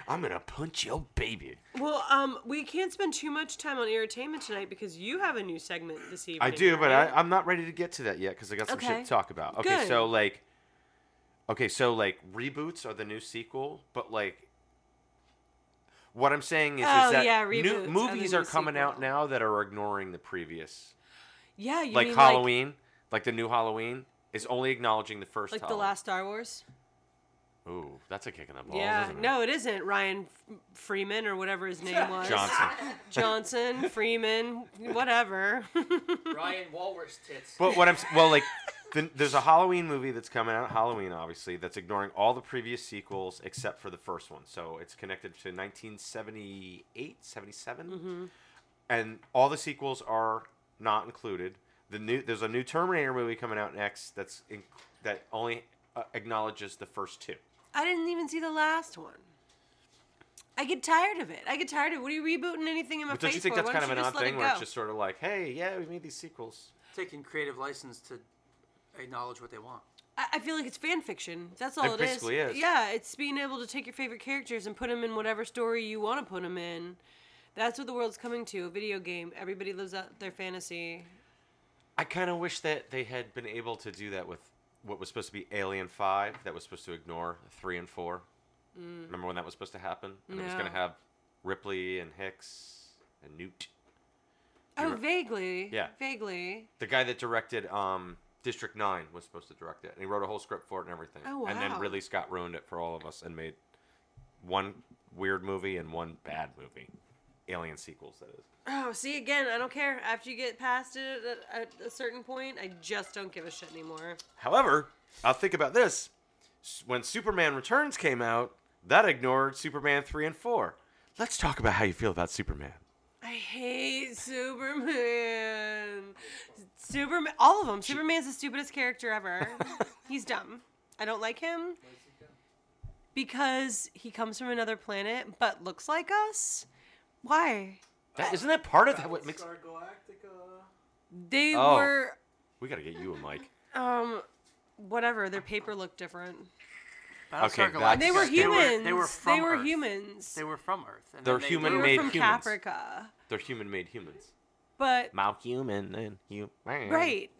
[SPEAKER 2] I'm gonna punch your baby.
[SPEAKER 1] Well, um, we can't spend too much time on entertainment tonight because you have a new segment this evening.
[SPEAKER 2] I do, but I,
[SPEAKER 1] right?
[SPEAKER 2] I'm not ready to get to that yet because I got some
[SPEAKER 1] Okay.
[SPEAKER 2] shit to talk about. Okay,
[SPEAKER 1] Good.
[SPEAKER 2] so like, okay, so like reboots are the new sequel, but like, what I'm saying is,
[SPEAKER 1] Oh,
[SPEAKER 2] is that
[SPEAKER 1] yeah, reboots are
[SPEAKER 2] new
[SPEAKER 1] the
[SPEAKER 2] movies
[SPEAKER 1] new
[SPEAKER 2] are, coming out
[SPEAKER 1] sequel.
[SPEAKER 2] now that are ignoring the previous,
[SPEAKER 1] yeah, you
[SPEAKER 2] like
[SPEAKER 1] mean
[SPEAKER 2] Halloween, like, the new Halloween is only acknowledging the first.
[SPEAKER 1] like, like the
[SPEAKER 2] Halloween.
[SPEAKER 1] last Star Wars.
[SPEAKER 2] Ooh, that's a kick in the balls.
[SPEAKER 1] yeah,
[SPEAKER 2] isn't it?
[SPEAKER 1] no, it isn't Ryan F- Freeman or whatever his name was.
[SPEAKER 2] Johnson.
[SPEAKER 1] Johnson, Freeman, whatever.
[SPEAKER 3] Ryan Walrus tits.
[SPEAKER 2] But what I'm s- well, like, the, there's a Halloween movie that's coming out, Halloween, obviously, that's ignoring all the previous sequels except for the first one. So it's connected to 1978, 77,
[SPEAKER 1] Mm-hmm.
[SPEAKER 2] and all the sequels are not included. The new there's a new Terminator movie coming out next that's in, that only uh, acknowledges the first two.
[SPEAKER 1] I didn't even see the last one. I get tired of it. I get tired of it. What are you rebooting anything in my
[SPEAKER 2] But don't
[SPEAKER 1] face
[SPEAKER 2] you think
[SPEAKER 1] for?
[SPEAKER 2] that's
[SPEAKER 1] Why
[SPEAKER 2] kind of
[SPEAKER 1] don't
[SPEAKER 2] an
[SPEAKER 1] you
[SPEAKER 2] odd
[SPEAKER 1] just let
[SPEAKER 2] thing
[SPEAKER 1] it
[SPEAKER 2] where it's
[SPEAKER 1] go?
[SPEAKER 2] just sort of like, hey, yeah, we made these sequels.
[SPEAKER 3] Taking creative license to acknowledge what they want.
[SPEAKER 1] I, I feel like it's fan fiction. That's all
[SPEAKER 2] It
[SPEAKER 1] it is.
[SPEAKER 2] basically is.
[SPEAKER 1] Yeah, it's being able to take your favorite characters and put them in whatever story you want to put them in. That's what the world's coming to. A video game. Everybody lives out their fantasy.
[SPEAKER 2] I kind of wish that they had been able to do that with what was supposed to be Alien Five, that was supposed to ignore three and four. Remember when that was supposed to happen? And it was going
[SPEAKER 1] Mm. No.
[SPEAKER 2] to have Ripley and Hicks and Newt,
[SPEAKER 1] Oh,
[SPEAKER 2] You're-
[SPEAKER 1] vaguely.
[SPEAKER 2] Yeah.
[SPEAKER 1] Vaguely.
[SPEAKER 2] the guy that directed um, District Nine, was supposed to direct it, and he wrote a whole script for it and everything.
[SPEAKER 1] Oh,
[SPEAKER 2] And then
[SPEAKER 1] wow.
[SPEAKER 2] Ridley Scott ruined it for all of us and made one weird movie and one bad movie, Alien sequels. That is.
[SPEAKER 1] Oh, see again. I don't care. After you get past it at, at a certain point, I just don't give a shit anymore.
[SPEAKER 2] However, I'll think about this. S- When Superman Returns came out, that ignored Superman 3 and 4. Let's talk about how you feel about Superman.
[SPEAKER 1] I hate Superman. Superman, all of them. Superman's the stupidest character ever. He's dumb. I don't like him because he comes from another planet but looks like us. Why?
[SPEAKER 2] That, isn't that part of that what makes
[SPEAKER 5] Star Galactica.
[SPEAKER 1] They
[SPEAKER 2] Oh.
[SPEAKER 1] were
[SPEAKER 2] We got to get you a mic.
[SPEAKER 1] um whatever. Their paper looked different.
[SPEAKER 3] Battlestar
[SPEAKER 2] Okay,
[SPEAKER 3] Galactica,
[SPEAKER 2] that's-
[SPEAKER 1] They were
[SPEAKER 2] They
[SPEAKER 1] humans.
[SPEAKER 3] They were, from Earth.
[SPEAKER 1] humans. They
[SPEAKER 3] They
[SPEAKER 1] were,
[SPEAKER 3] were from Earth. and
[SPEAKER 2] They're
[SPEAKER 3] then they
[SPEAKER 2] human
[SPEAKER 3] grew-
[SPEAKER 2] made
[SPEAKER 1] from
[SPEAKER 2] humans.
[SPEAKER 1] Caprica.
[SPEAKER 2] They're human made humans.
[SPEAKER 1] But
[SPEAKER 2] Mal human and human.
[SPEAKER 1] Right.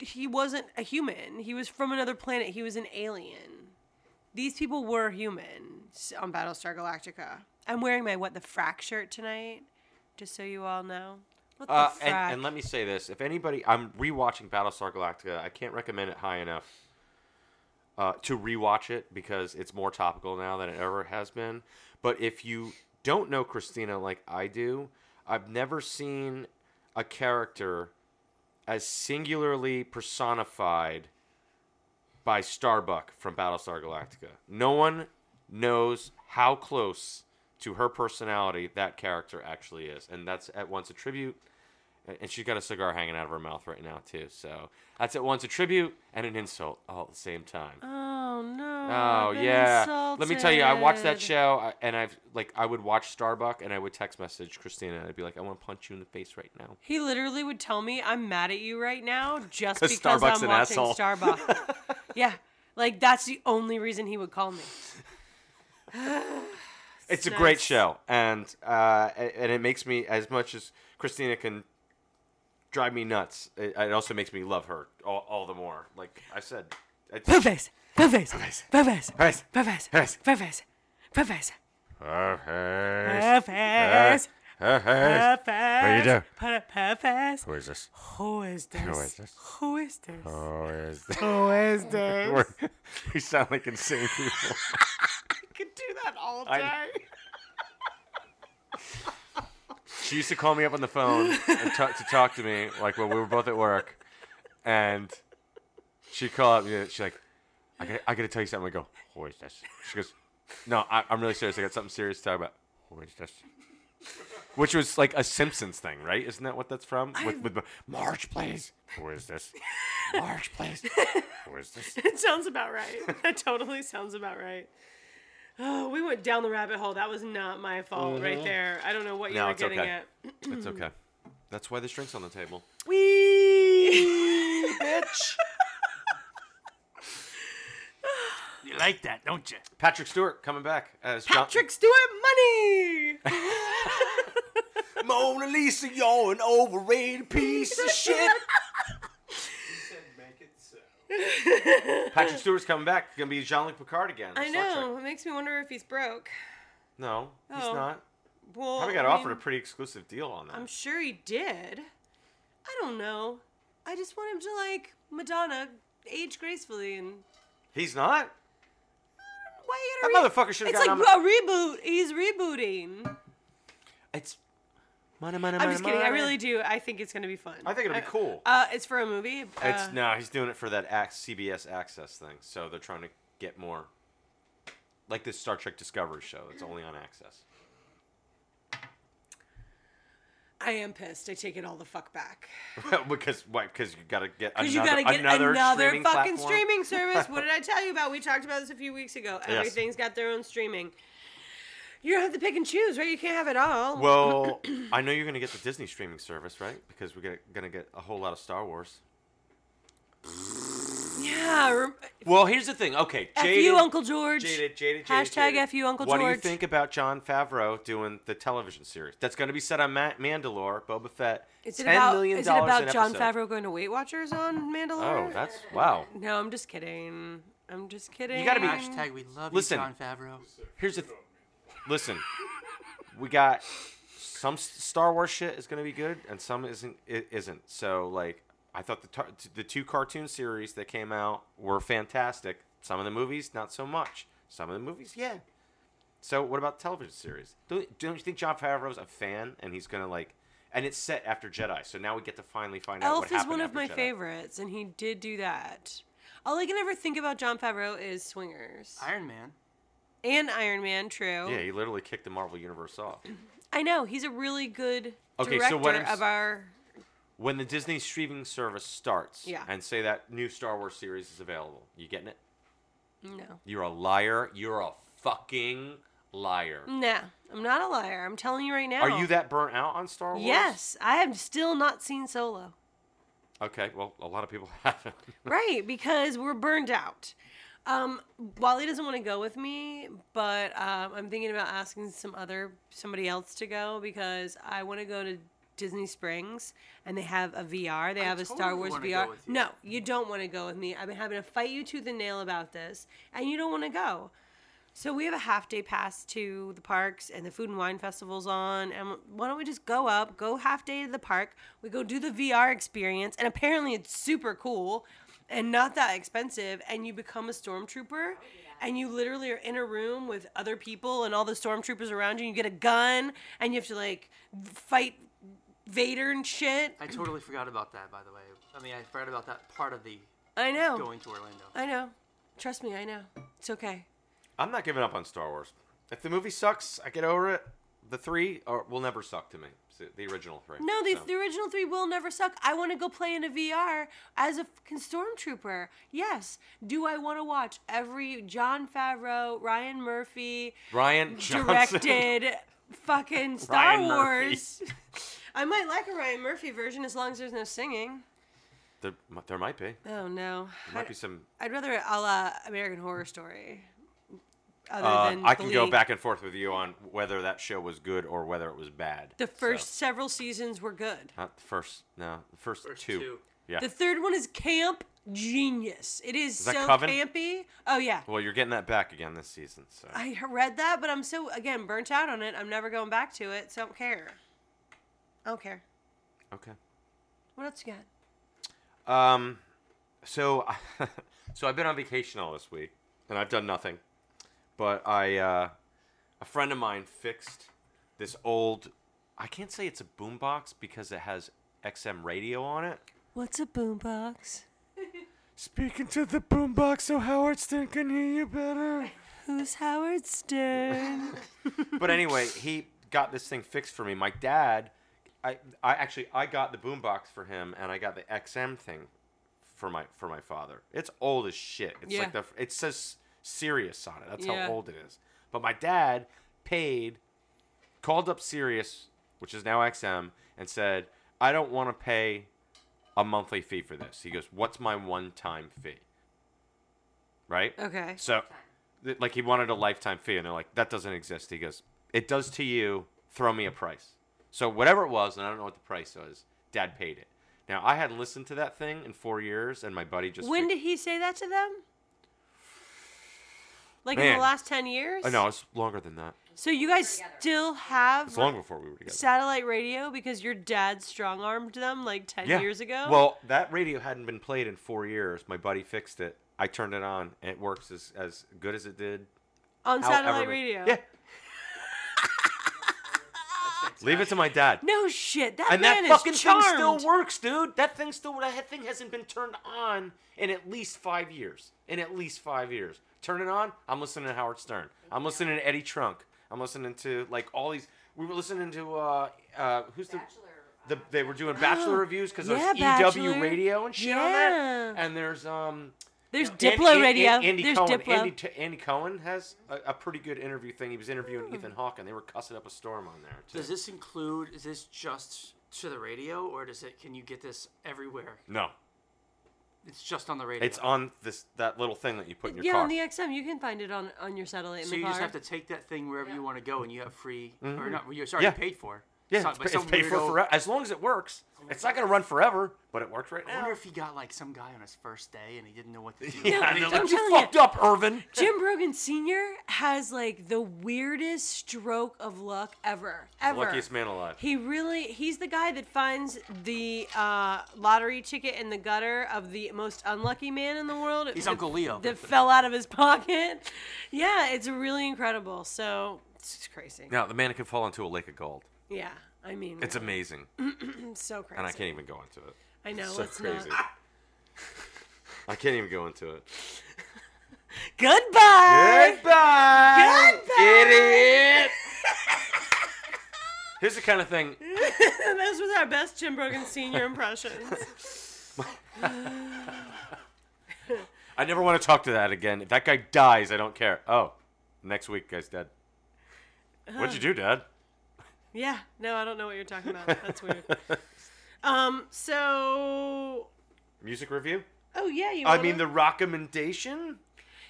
[SPEAKER 1] He wasn't a human. He was from another planet. He was an alien. These people were humans on Battlestar Galactica. I'm wearing my what the frack shirt tonight, just so you all know. What the
[SPEAKER 2] Uh,
[SPEAKER 1] frack?
[SPEAKER 2] and, and let me say this: if anybody, I'm rewatching Battlestar Galactica. I can't recommend it high enough uh, to rewatch it because it's more topical now than it ever has been. But if you don't know Christina like I do, I've never seen a character as singularly personified by Starbuck from Battlestar Galactica. No one knows how close to her personality that character actually is, and that's at once a tribute. and- And she's got a cigar hanging out of her mouth right now too, so that's at once a tribute and an insult all at the same time.
[SPEAKER 1] oh no.
[SPEAKER 2] Oh
[SPEAKER 1] I've been
[SPEAKER 2] yeah. Let me tell you, I watched that
[SPEAKER 1] insulted.
[SPEAKER 2] show, I- and I've like I would watch Starbuck, and I would text message Christina, and I'd be like, "I want to punch you in the face right now."
[SPEAKER 1] He literally would tell me, "I'm mad at you right now just
[SPEAKER 2] 'Cause
[SPEAKER 1] because
[SPEAKER 2] Starbuck's
[SPEAKER 1] I'm
[SPEAKER 2] an
[SPEAKER 1] watching
[SPEAKER 2] asshole."
[SPEAKER 1] Starbucks." yeah, like that's the only reason he would call me.
[SPEAKER 2] It's a
[SPEAKER 1] Nice.
[SPEAKER 2] great show, and uh, a- and it makes me as much as Christina can drive me nuts. It, it also makes me love her all, all the more. Like I said, I,
[SPEAKER 1] Poo face. Poo face. Poo face. Poo face.
[SPEAKER 2] Face.
[SPEAKER 1] Poo face.
[SPEAKER 2] Face.
[SPEAKER 1] Poo face. Poo face.
[SPEAKER 2] Perfect.
[SPEAKER 1] Poo face.
[SPEAKER 2] Perfect.
[SPEAKER 1] Poo face.
[SPEAKER 2] doing?
[SPEAKER 1] Put a poo face.
[SPEAKER 2] Who is this?
[SPEAKER 1] Who is this?
[SPEAKER 2] Who is this?
[SPEAKER 1] Who is this?
[SPEAKER 2] Who is this?
[SPEAKER 1] Who is this?
[SPEAKER 2] Oh, We're- we sound like insane people.
[SPEAKER 1] could do that all day.
[SPEAKER 2] I- She used to call me up on the phone and talk to talk to me, like when we were both at work, and she called me. She's like, "I gotta, I gotta tell you something." I go, "Who is this?" She goes, "No, I, I'm really serious. I got something serious to talk about." Who is this? Which was like a Simpsons thing, right? Isn't that what that's from? With, with Marge, please. Who is this? Marge, please. Who is this?
[SPEAKER 1] It sounds about right. That totally sounds about right. Oh, we went down the rabbit hole. That was not my fault right there. I don't know what you
[SPEAKER 2] No,
[SPEAKER 1] were
[SPEAKER 2] it's
[SPEAKER 1] getting
[SPEAKER 2] okay.
[SPEAKER 1] at.
[SPEAKER 2] It's okay. That's why there's drinks on the table.
[SPEAKER 1] Wee!
[SPEAKER 2] Bitch.
[SPEAKER 3] You like that, don't you?
[SPEAKER 2] Patrick Stewart coming back as John-
[SPEAKER 1] Patrick Stewart money!
[SPEAKER 2] Mona Lisa, you're an overrated piece of shit.
[SPEAKER 5] He said, make it so.
[SPEAKER 2] Patrick Stewart's coming back. Gonna be Jean Luc Picard again.
[SPEAKER 1] I
[SPEAKER 2] It's Star Trek.
[SPEAKER 1] know. It makes me wonder if he's broke.
[SPEAKER 2] No, he's
[SPEAKER 1] Oh.
[SPEAKER 2] not.
[SPEAKER 1] Well,
[SPEAKER 2] Probably got
[SPEAKER 1] I
[SPEAKER 2] offered a
[SPEAKER 1] mean,
[SPEAKER 2] pretty exclusive deal on that.
[SPEAKER 1] I'm sure he did. I don't know. I just want him to, like, Madonna, age gracefully and.
[SPEAKER 2] he's not.
[SPEAKER 1] Why you
[SPEAKER 2] That
[SPEAKER 1] gotta
[SPEAKER 2] motherfucker should've
[SPEAKER 1] It's like
[SPEAKER 2] gotten
[SPEAKER 1] a reboot. He's rebooting.
[SPEAKER 2] It's. Money, money,
[SPEAKER 1] I'm just kidding. I really do. I think it's gonna be fun.
[SPEAKER 2] I think it'll be
[SPEAKER 1] Uh,
[SPEAKER 2] cool.
[SPEAKER 1] Uh, it's for a movie.
[SPEAKER 2] it's
[SPEAKER 1] uh,
[SPEAKER 2] no. He's doing it for that ac- CBS Access thing. So they're trying to get more. Like this Star Trek Discovery show. It's only on Access.
[SPEAKER 1] I am pissed. I take it all the fuck back.
[SPEAKER 2] because why? Because you gotta get another
[SPEAKER 1] Because you gotta get
[SPEAKER 2] another,
[SPEAKER 1] another,
[SPEAKER 2] streaming
[SPEAKER 1] fucking
[SPEAKER 2] platform?
[SPEAKER 1] streaming service. What did I tell you about? We talked about this a few weeks ago.
[SPEAKER 2] Yes.
[SPEAKER 1] Everything's got their own streaming. You don't have to pick and choose, right? You can't have it all.
[SPEAKER 2] Well, I know you're going to get the Disney streaming service, right? Because we're going to get a whole lot of Star Wars.
[SPEAKER 1] yeah. rem-
[SPEAKER 2] Well, here's the thing. Okay,
[SPEAKER 1] F
[SPEAKER 2] jaded,
[SPEAKER 1] you, Uncle George.
[SPEAKER 2] jaded, jaded, jaded.
[SPEAKER 1] Hashtag
[SPEAKER 2] jaded.
[SPEAKER 1] F you, Uncle
[SPEAKER 2] what do you
[SPEAKER 1] George.
[SPEAKER 2] think about John Favreau doing the television series? That's going to be set on Ma- Mandalore, Boba Fett.
[SPEAKER 1] Is it
[SPEAKER 2] $10
[SPEAKER 1] about,
[SPEAKER 2] million
[SPEAKER 1] is it about
[SPEAKER 2] an
[SPEAKER 1] John
[SPEAKER 2] episode.
[SPEAKER 1] Favreau going to Weight Watchers on Mandalore?
[SPEAKER 2] Oh, that's wow.
[SPEAKER 1] No, I'm just kidding. I'm just kidding.
[SPEAKER 2] gotta be-
[SPEAKER 3] Hashtag we love
[SPEAKER 2] Listen.
[SPEAKER 3] you, John Favreau.
[SPEAKER 2] Here's the th- listen. We got some S- Star Wars shit is going to be good, and some isn't. It isn't. So like, I thought the tar- the two cartoon series that came out were fantastic. Some of the movies, not so much. Some of the movies, yeah. So what about television series? Don't, don't you think John Favreau's a fan, and he's going to like? And it's set after Jedi, so now we get to finally find out what
[SPEAKER 1] Elf is
[SPEAKER 2] happened
[SPEAKER 1] one of
[SPEAKER 2] after
[SPEAKER 1] my
[SPEAKER 2] Jedi.
[SPEAKER 1] favorites, and he did do that. All I can ever think about John Favreau is Swingers
[SPEAKER 3] Iron Man.
[SPEAKER 1] and Iron Man. True.
[SPEAKER 2] Yeah, he literally kicked the Marvel universe off.
[SPEAKER 1] I know he's a really good
[SPEAKER 2] Okay,
[SPEAKER 1] director
[SPEAKER 2] so what I'm s-
[SPEAKER 1] of our.
[SPEAKER 2] when the Disney streaming service starts
[SPEAKER 1] Yeah.
[SPEAKER 2] and say that new Star Wars series is available, you getting it?
[SPEAKER 1] No,
[SPEAKER 2] You're a liar. You're a fucking liar.
[SPEAKER 1] no, I'm not a liar. I'm telling you right now.
[SPEAKER 2] Are you that burnt out on Star Wars?
[SPEAKER 1] Yes, I have still not seen Solo.
[SPEAKER 2] Okay, well, a lot of people haven't.
[SPEAKER 1] Right, because we're burned out. Um, Wally doesn't want to go with me, but um, I'm thinking about asking some other somebody else to go because I want to go to Disney Springs and they have a VR. They have a Star
[SPEAKER 3] totally
[SPEAKER 1] Wars
[SPEAKER 3] wanna
[SPEAKER 1] VR.
[SPEAKER 3] go with you.
[SPEAKER 1] No, you don't want to go with me. I've been having to fight you tooth and nail about this, and you don't want to go. So we have a half day pass to the parks and the food and wine festivals on. And why don't we just go up, go half day to the park? We go do the VR experience, and apparently it's super cool and not that expensive. And you become a stormtrooper, and you literally are in a room with other people and all the stormtroopers around you. You get a gun, and you have to like fight Vader and shit.
[SPEAKER 3] I totally forgot about that, by the way. I mean, I forgot about that part of the
[SPEAKER 1] I know.
[SPEAKER 3] going to Orlando.
[SPEAKER 1] I know. Trust me, I know. It's okay.
[SPEAKER 2] I'm not giving up on Star Wars. If the movie sucks, I get over it. The three are, will never suck to me. So the original three.
[SPEAKER 1] No, the,
[SPEAKER 2] so.
[SPEAKER 1] the original three will never suck. I want to go play in a VR as a fucking stormtrooper. Yes. Do I want to watch every John Favreau, Ryan Murphy
[SPEAKER 2] Ryan Johnson.
[SPEAKER 1] directed fucking Star
[SPEAKER 2] Ryan Murphy.
[SPEAKER 1] Wars? I might like a Ryan Murphy version as long as there's no singing.
[SPEAKER 2] There, mi- there might be.
[SPEAKER 1] Oh no.
[SPEAKER 2] There
[SPEAKER 1] I'd,
[SPEAKER 2] might be some.
[SPEAKER 1] I'd rather a la American Horror Story. Other
[SPEAKER 2] Uh,
[SPEAKER 1] than
[SPEAKER 2] I
[SPEAKER 1] The
[SPEAKER 2] can go
[SPEAKER 1] League.
[SPEAKER 2] back and forth with you on whether that show was good or whether it was bad.
[SPEAKER 1] The
[SPEAKER 2] so.
[SPEAKER 1] first several seasons were good.
[SPEAKER 2] Not the first. No, the first,
[SPEAKER 3] First
[SPEAKER 2] two.
[SPEAKER 3] two.
[SPEAKER 2] Yeah.
[SPEAKER 1] The third one is Camp Genius. It is,
[SPEAKER 2] that
[SPEAKER 1] so
[SPEAKER 2] Coven?
[SPEAKER 1] campy. Oh yeah.
[SPEAKER 2] Well, you're getting that back again this season, so
[SPEAKER 1] I read that, but I'm so again burnt out on it. I'm never going back to it, so I don't care. I don't care.
[SPEAKER 2] okay.
[SPEAKER 1] What else you got?
[SPEAKER 2] Um, so, so I've been on vacation all this week, and I've done nothing. But I, uh, a friend of mine fixed this old. I can't say it's a boombox because it has XM radio on it.
[SPEAKER 1] What's a boombox?
[SPEAKER 2] Speaking to the boombox, so Howard Stern can hear you better.
[SPEAKER 1] Who's Howard Stern?
[SPEAKER 2] but anyway, he got this thing fixed for me. My dad, I, I actually I got the boombox for him, and I got the XM thing for my for my father. It's old as shit. It's like
[SPEAKER 1] Yeah.
[SPEAKER 2] the it says Sirius on it. That's
[SPEAKER 1] Yeah.
[SPEAKER 2] how old it is. But my dad paid, called up Sirius, which is now XM, and said, "I don't want to pay a monthly fee for this." He goes, "What's my one-time fee?" Right?
[SPEAKER 1] Okay.
[SPEAKER 2] So, th- like, he wanted a lifetime fee, and they're like, that doesn't exist. He goes, it does to you. Throw me a price. So, whatever it was, and I don't know what the price was, dad paid it. Now, I hadn't listened to that thing in four years, and my buddy just.
[SPEAKER 1] When
[SPEAKER 2] fig-
[SPEAKER 1] did he say that to them? Like in
[SPEAKER 2] Man.
[SPEAKER 1] the last ten years?
[SPEAKER 2] Oh, no, it's longer than that.
[SPEAKER 1] So you guys
[SPEAKER 4] Together.
[SPEAKER 1] still have
[SPEAKER 2] It's long before we were together.
[SPEAKER 1] satellite radio because your dad strong armed them like ten
[SPEAKER 2] Yeah.
[SPEAKER 1] years ago?
[SPEAKER 2] Well, that radio hadn't been played in four years. My buddy fixed it. I turned it on, and it works as, as good as it did.
[SPEAKER 1] on
[SPEAKER 2] however
[SPEAKER 1] satellite
[SPEAKER 2] many-
[SPEAKER 1] radio.
[SPEAKER 2] Yeah. Leave it to my dad.
[SPEAKER 1] No shit. That
[SPEAKER 2] and
[SPEAKER 1] man
[SPEAKER 2] that
[SPEAKER 1] is
[SPEAKER 2] fucking thing still
[SPEAKER 1] charmed.
[SPEAKER 2] works, dude. That thing still that thing hasn't been turned on in at least five years. In at least five years. Turn it on. I'm listening to Howard Stern. I'm listening to Eddie Trunk. I'm listening to like all these. We were listening to uh, uh who's the
[SPEAKER 4] Bachelor. uh,
[SPEAKER 2] the they were doing Bachelor reviews because
[SPEAKER 1] yeah,
[SPEAKER 2] there's
[SPEAKER 1] Bachelor.
[SPEAKER 2] EW radio and shit
[SPEAKER 1] Yeah.
[SPEAKER 2] on that. And there's um
[SPEAKER 1] There's
[SPEAKER 2] An-
[SPEAKER 1] Diplo
[SPEAKER 2] An-
[SPEAKER 1] radio.
[SPEAKER 2] An- Andy
[SPEAKER 1] There's
[SPEAKER 2] Cohen.
[SPEAKER 1] Diplo.
[SPEAKER 2] Andy, T- Andy Cohen has a, a pretty good interview thing. He was
[SPEAKER 1] Hmm.
[SPEAKER 2] interviewing Ethan Hawke, and they were cussing up a storm on there. Too.
[SPEAKER 3] Does this include? Is this just to the radio, or does it? Can you get this everywhere?
[SPEAKER 2] no,
[SPEAKER 3] It's just on the radio.
[SPEAKER 2] It's on this that little thing that you put in your
[SPEAKER 1] yeah,
[SPEAKER 2] car.
[SPEAKER 1] on the XM, you can find it on on your satellite in
[SPEAKER 3] so
[SPEAKER 1] the
[SPEAKER 3] you
[SPEAKER 1] car.
[SPEAKER 3] just have to take that thing wherever you want to go, and you have free or not? You're sorry,
[SPEAKER 2] Mm-hmm. Yeah.
[SPEAKER 3] paid for.
[SPEAKER 2] yeah,
[SPEAKER 3] Some-
[SPEAKER 2] it's,
[SPEAKER 3] by
[SPEAKER 2] pa- it's
[SPEAKER 3] some
[SPEAKER 2] paid for
[SPEAKER 3] weirdo-
[SPEAKER 2] forever. As long as it works, it's not going to run forever, but it works right
[SPEAKER 3] I
[SPEAKER 2] now.
[SPEAKER 3] wonder if he got like some guy on his first day and he didn't know what to do.
[SPEAKER 2] yeah, and they're
[SPEAKER 1] I'm
[SPEAKER 2] like, you
[SPEAKER 1] telling ya.
[SPEAKER 2] fucked up, Irvin.
[SPEAKER 1] Jim Brogan Sr. has like the weirdest stroke of luck ever. Ever.
[SPEAKER 2] Luckiest man alive.
[SPEAKER 1] He really, he's the guy that finds the uh, lottery ticket in the gutter of the most unlucky man in the world.
[SPEAKER 3] He's
[SPEAKER 1] that-
[SPEAKER 3] Uncle Leo.
[SPEAKER 1] That fell out of his pocket. Yeah, it's really incredible. So it's just crazy.
[SPEAKER 2] Now the man can fall into a lake of gold.
[SPEAKER 1] Yeah, I mean,
[SPEAKER 2] It's amazing,
[SPEAKER 1] it's so crazy.
[SPEAKER 2] and I can't even go into it.
[SPEAKER 1] I know,
[SPEAKER 2] It's so
[SPEAKER 1] let's
[SPEAKER 2] crazy.
[SPEAKER 1] not.
[SPEAKER 2] I can't even go into it.
[SPEAKER 1] Goodbye.
[SPEAKER 2] Goodbye,
[SPEAKER 1] Goodbye.
[SPEAKER 2] idiot. Here's the kind of thing
[SPEAKER 1] Those was our best Jim Brogan Sr. impressions.
[SPEAKER 2] I never want to talk to that again. If that guy dies, I don't care. Oh, next week, guy's dead. What'd you do, Dad?
[SPEAKER 1] Yeah. No, I don't know what you're talking about. That's weird. Um. So.
[SPEAKER 2] Music review?
[SPEAKER 1] Oh yeah, you.
[SPEAKER 2] I mean, the
[SPEAKER 1] wanna-
[SPEAKER 2] recommendation?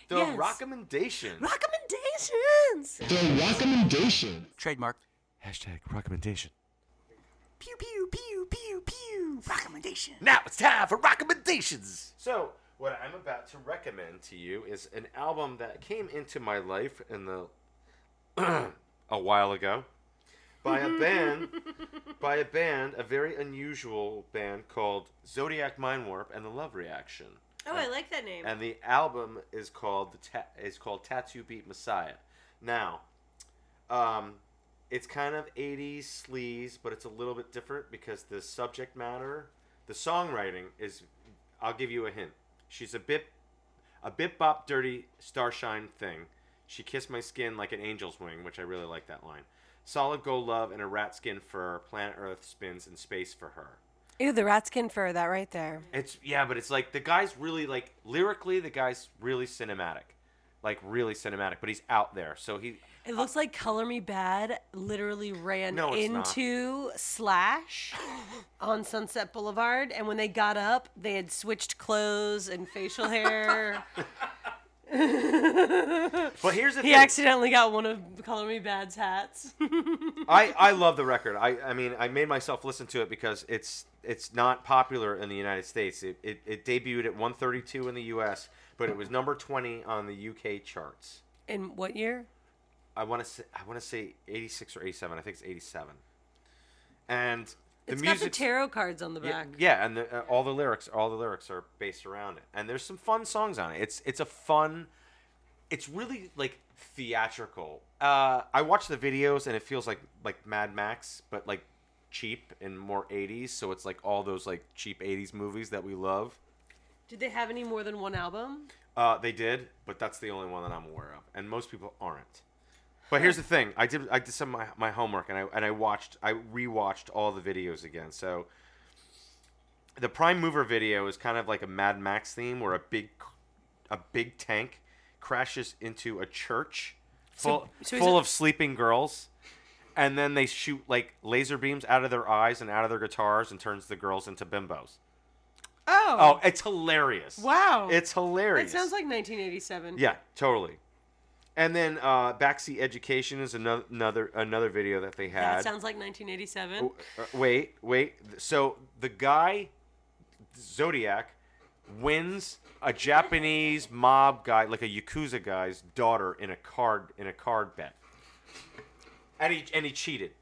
[SPEAKER 2] The
[SPEAKER 1] Yes.
[SPEAKER 2] recommendation.
[SPEAKER 1] recommendations.
[SPEAKER 6] The recommendation.
[SPEAKER 3] Trademark.
[SPEAKER 2] Hashtag recommendation.
[SPEAKER 3] Pew pew pew pew pew. Recommendation.
[SPEAKER 2] Now it's time for recommendations. So, what I'm about to recommend to you is an album that came into my life in the a while ago by a band by a band, a very unusual band called Zodiac Mind Warp and the Love Reaction.
[SPEAKER 1] Oh, I like that name.
[SPEAKER 2] And the album is called the ta- is called Tattoo Beat Messiah. Now, um, it's kind of 80s sleaze, but it's a little bit different because the subject matter, the songwriting is. I'll give you a hint. She's a bit, a bit bop, dirty starshine thing. She kissed my skin like an angel's wing, which I really like that line. Solid gold love and a rat skin fur. Planet Earth spins in space for her.
[SPEAKER 1] Ew, the rat skin fur. That right there.
[SPEAKER 2] It's yeah, but it's like the guy's really like lyrically, the guy's really cinematic, like really cinematic. But he's out there, so he
[SPEAKER 1] It looks like Color Me Bad literally ran
[SPEAKER 2] No, it's not.
[SPEAKER 1] into Slash on Sunset Boulevard, and when they got up, they had switched clothes and facial hair.
[SPEAKER 2] But here's the
[SPEAKER 1] He
[SPEAKER 2] thing.
[SPEAKER 1] accidentally got one of Color Me Bad's hats.
[SPEAKER 2] I, I love the record. I, I mean, I made myself listen to it because it's it's not popular in the United States. It, it, it debuted at 132 in the U.S., but it was number 20 on the U.K. charts.
[SPEAKER 1] In what year?
[SPEAKER 2] I want to say I want to say 86 or 87. I think it's 87. And the
[SPEAKER 1] It's got the
[SPEAKER 2] music.
[SPEAKER 1] tarot cards on the
[SPEAKER 2] yeah,
[SPEAKER 1] back.
[SPEAKER 2] yeah, and the, uh, all the lyrics all the lyrics are based around it. And there's some fun songs on it. It's it's a fun. It's really like theatrical. Uh, I watch the videos and it feels like like Mad Max, but like cheap and more 80s. So it's like all those like cheap 80s movies that we love.
[SPEAKER 1] Did they have any more than one album?
[SPEAKER 2] Uh, they did, but that's the only one that I'm aware of, and most people aren't. But here's the thing: I did I did some of my, my homework, and I and I watched I rewatched all the videos again. So the Prime Mover video is kind of like a Mad Max theme, where a big a big tank crashes into a church full
[SPEAKER 1] so is
[SPEAKER 2] full
[SPEAKER 1] it-
[SPEAKER 2] of sleeping girls. And then they shoot like laser beams out of their eyes and out of their guitars and turns the girls into bimbos. Oh, it's hilarious.
[SPEAKER 1] Wow.
[SPEAKER 2] It's
[SPEAKER 1] It
[SPEAKER 2] hilarious.
[SPEAKER 1] sounds like 1987.
[SPEAKER 2] Yeah, totally. And then uh, backseat education is another another another video that they had.
[SPEAKER 1] That sounds like 1987.
[SPEAKER 2] W- uh, wait, wait. So the guy Zodiac wins a Japanese mob guy, like a yakuza guy's daughter, in a card in a card bet, and he and he cheated.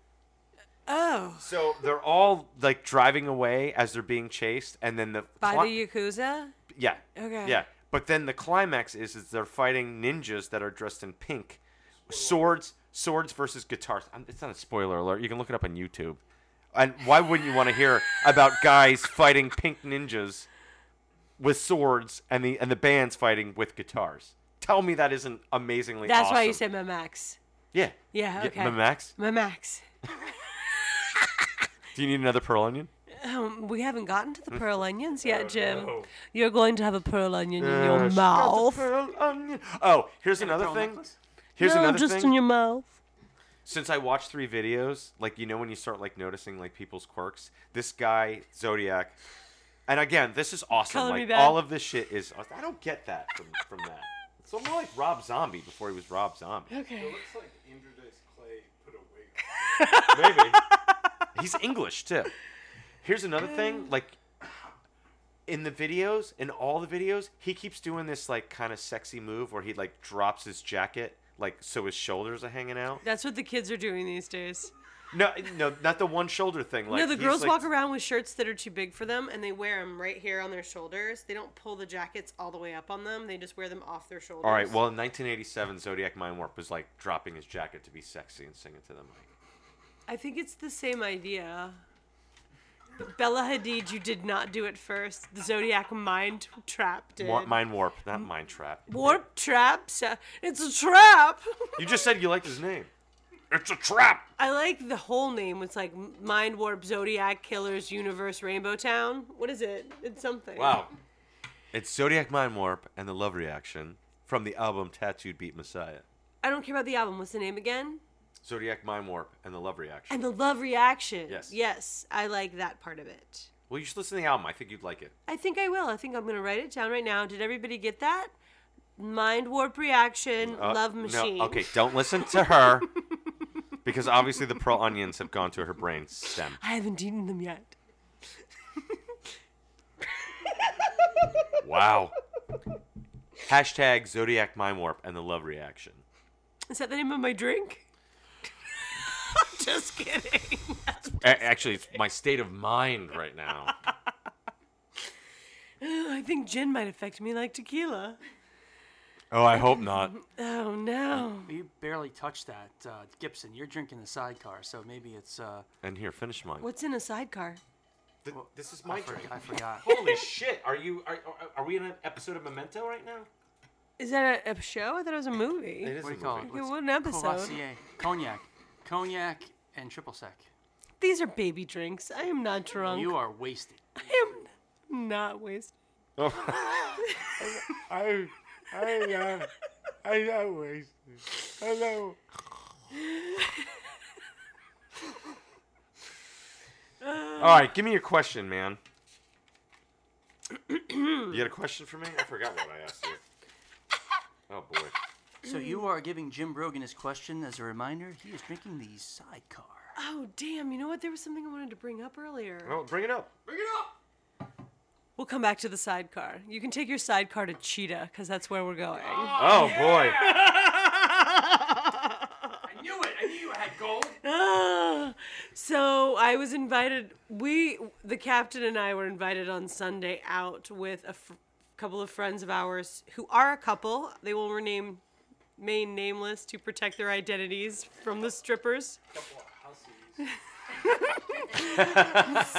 [SPEAKER 1] Oh,
[SPEAKER 2] So they're all like driving away as they're being chased, and then the
[SPEAKER 1] by
[SPEAKER 2] cli-
[SPEAKER 1] the Yakuza?
[SPEAKER 2] yeah.
[SPEAKER 1] Okay.
[SPEAKER 2] Yeah. But then the climax is is they're fighting ninjas that are dressed in pink, swords, swords versus guitars. Um, It's not a spoiler alert. You can look it up on YouTube. And why wouldn't you want to hear about guys fighting pink ninjas with swords and the and the bands fighting with guitars? Tell me that isn't amazingly.
[SPEAKER 1] That's why you
[SPEAKER 2] awesome.
[SPEAKER 1] said Mamax.
[SPEAKER 2] Yeah.
[SPEAKER 1] Yeah, okay.
[SPEAKER 2] Max,
[SPEAKER 1] Mamax.
[SPEAKER 2] do you need another pearl onion?
[SPEAKER 1] Um, we haven't gotten to the pearl onions
[SPEAKER 2] Oh,
[SPEAKER 1] yet, Jim. You're going to have a pearl onion in your
[SPEAKER 2] Uh,
[SPEAKER 1] mouth.
[SPEAKER 2] Pearl onion. Oh, here's another
[SPEAKER 3] pearl
[SPEAKER 2] thing.
[SPEAKER 3] necklace?
[SPEAKER 2] Here's
[SPEAKER 1] no,
[SPEAKER 2] another
[SPEAKER 1] just
[SPEAKER 2] thing.
[SPEAKER 1] in your mouth.
[SPEAKER 2] since I watched three videos, like you know when you start like noticing like people's quirks, this guy Zodiac, and again this is awesome.
[SPEAKER 1] Color me
[SPEAKER 2] like
[SPEAKER 1] bad.
[SPEAKER 2] all of this shit is. awes- I don't get that from from that. It's more like Rob Zombie before he was Rob Zombie.
[SPEAKER 5] It
[SPEAKER 1] Okay.
[SPEAKER 5] looks like Andrew Dice Clay put a wig on.
[SPEAKER 2] Maybe he's English too. Here's another thing, like. In the videos, in all the videos, he keeps doing this like kind of sexy move where he like drops his jacket, like so his shoulders are hanging out.
[SPEAKER 1] That's what the kids are doing these days.
[SPEAKER 2] No, no, not the one shoulder thing. Like
[SPEAKER 1] no, the
[SPEAKER 2] he's,
[SPEAKER 1] girls
[SPEAKER 2] like,
[SPEAKER 1] walk around with shirts that are too big for them, and they wear them right here on their shoulders. They don't pull the jackets all the way up on them. They just wear them off their shoulders.
[SPEAKER 2] All right. Well, in 1987, Zodiac Mind Warp was like dropping his jacket to be sexy and singing to the mic.
[SPEAKER 1] I think it's the same idea. But Bella Hadid, you did not do it first. The Zodiac mind trap did.
[SPEAKER 2] War- mind Warp, not Mind Trap.
[SPEAKER 1] Warp trap. sa- It's a trap.
[SPEAKER 2] You just said you liked his name. It's a trap.
[SPEAKER 1] I like the whole name. It's like Mind Warp, Zodiac Killers, Universe, Rainbow Town. What is it? It's something.
[SPEAKER 2] Wow. It's Zodiac Mind Warp and the Love Reaction from the album Tattooed Beat Messiah.
[SPEAKER 1] I don't care about the album. What's the name again?
[SPEAKER 2] Zodiac Mind Warp and the Love Reaction.
[SPEAKER 1] And the love reaction.
[SPEAKER 2] Yes.
[SPEAKER 1] Yes, I like that part of it.
[SPEAKER 2] well, you should listen to the album. I think you'd like it.
[SPEAKER 1] I think I will. I think I'm going to write it down right now. Did everybody get that? Mind Warp Reaction,
[SPEAKER 2] Uh,
[SPEAKER 1] Love
[SPEAKER 2] no,
[SPEAKER 1] Machine.
[SPEAKER 2] okay, don't listen to her because obviously the pearl onions have gone to her brain stem.
[SPEAKER 1] I haven't eaten them yet.
[SPEAKER 2] Wow. Hashtag Zodiac Mind Warp and the Love Reaction.
[SPEAKER 1] Is that the name of my drink? I'm just kidding.
[SPEAKER 2] A- actually, it's my state of mind right now.
[SPEAKER 1] I think gin might affect me like tequila.
[SPEAKER 2] Oh, I hope not.
[SPEAKER 1] Oh no.
[SPEAKER 3] You barely touched that, uh, Gibson. You're drinking the sidecar, so maybe it's. Uh,
[SPEAKER 2] And here, finish mine.
[SPEAKER 1] What's in a sidecar?
[SPEAKER 2] this is my
[SPEAKER 3] I, for- I forgot.
[SPEAKER 2] Holy shit! Are you are, are are we in an episode of Memento right now?
[SPEAKER 1] Is that a, a show? I thought it was a movie.
[SPEAKER 2] is
[SPEAKER 3] What do you call it?
[SPEAKER 1] what an episode.
[SPEAKER 3] Courvoisier. Cognac, cognac, and triple sec.
[SPEAKER 1] These are baby drinks. I am not drunk.
[SPEAKER 3] You are wasted.
[SPEAKER 1] I am not wasted.
[SPEAKER 2] Oh. I I uh, I know wasted. I know. All right, give me your question, man. you got a question for me? I forgot what I asked you. Oh boy.
[SPEAKER 3] So you are giving Jim Brogan his question as a reminder. He is drinking the sidecar.
[SPEAKER 1] Oh, damn. You know what? There was something I wanted to bring up earlier.
[SPEAKER 2] Well, bring it up.
[SPEAKER 5] Bring it up!
[SPEAKER 1] We'll come back to the sidecar. You can take your sidecar to Cheetah because that's where we're going.
[SPEAKER 2] Oh boy.
[SPEAKER 5] I knew it! I knew you had gold!
[SPEAKER 1] Ah, so I was invited. We, the captain and I, were invited on Sunday out with a f- couple of friends of ours who are a couple. They will remain main nameless to protect their identities from the strippers.
[SPEAKER 5] Couple of hussies.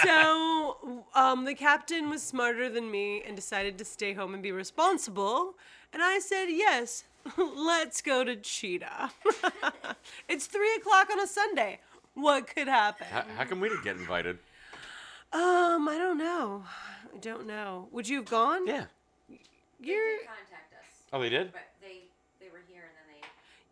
[SPEAKER 1] so um, the captain was smarter than me and decided to stay home and be responsible. And I said, yes, let's go to Cheetah. it's three o'clock on a Sunday. What could happen?
[SPEAKER 2] How, how come we didn't get invited?
[SPEAKER 1] Um, I don't know. I don't know. Would you have gone?
[SPEAKER 2] Yeah.
[SPEAKER 1] You're.
[SPEAKER 4] They contact us,
[SPEAKER 2] Oh, they did.
[SPEAKER 4] but they they were here and then they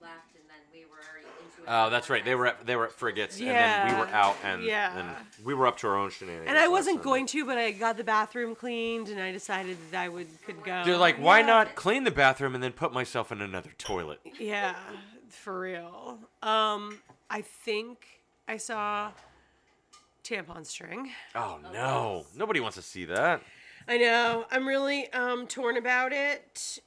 [SPEAKER 4] left and then we were already into it.
[SPEAKER 2] Oh, that's right. They were at they were at frigates, and then we were
[SPEAKER 1] Yeah.
[SPEAKER 2] out, and
[SPEAKER 1] Yeah.
[SPEAKER 2] and we were up to our own shenanigans.
[SPEAKER 1] And I
[SPEAKER 2] last
[SPEAKER 1] wasn't
[SPEAKER 2] Sunday.
[SPEAKER 1] going to, but I got the bathroom cleaned, and I decided that I would could go.
[SPEAKER 2] They're like, why
[SPEAKER 4] Yeah.
[SPEAKER 2] not clean the bathroom and then put myself in another toilet?
[SPEAKER 1] Yeah, for real. Um, I think I saw tampon string.
[SPEAKER 2] Oh no, nobody wants to see that.
[SPEAKER 1] I know. I'm really um torn about it.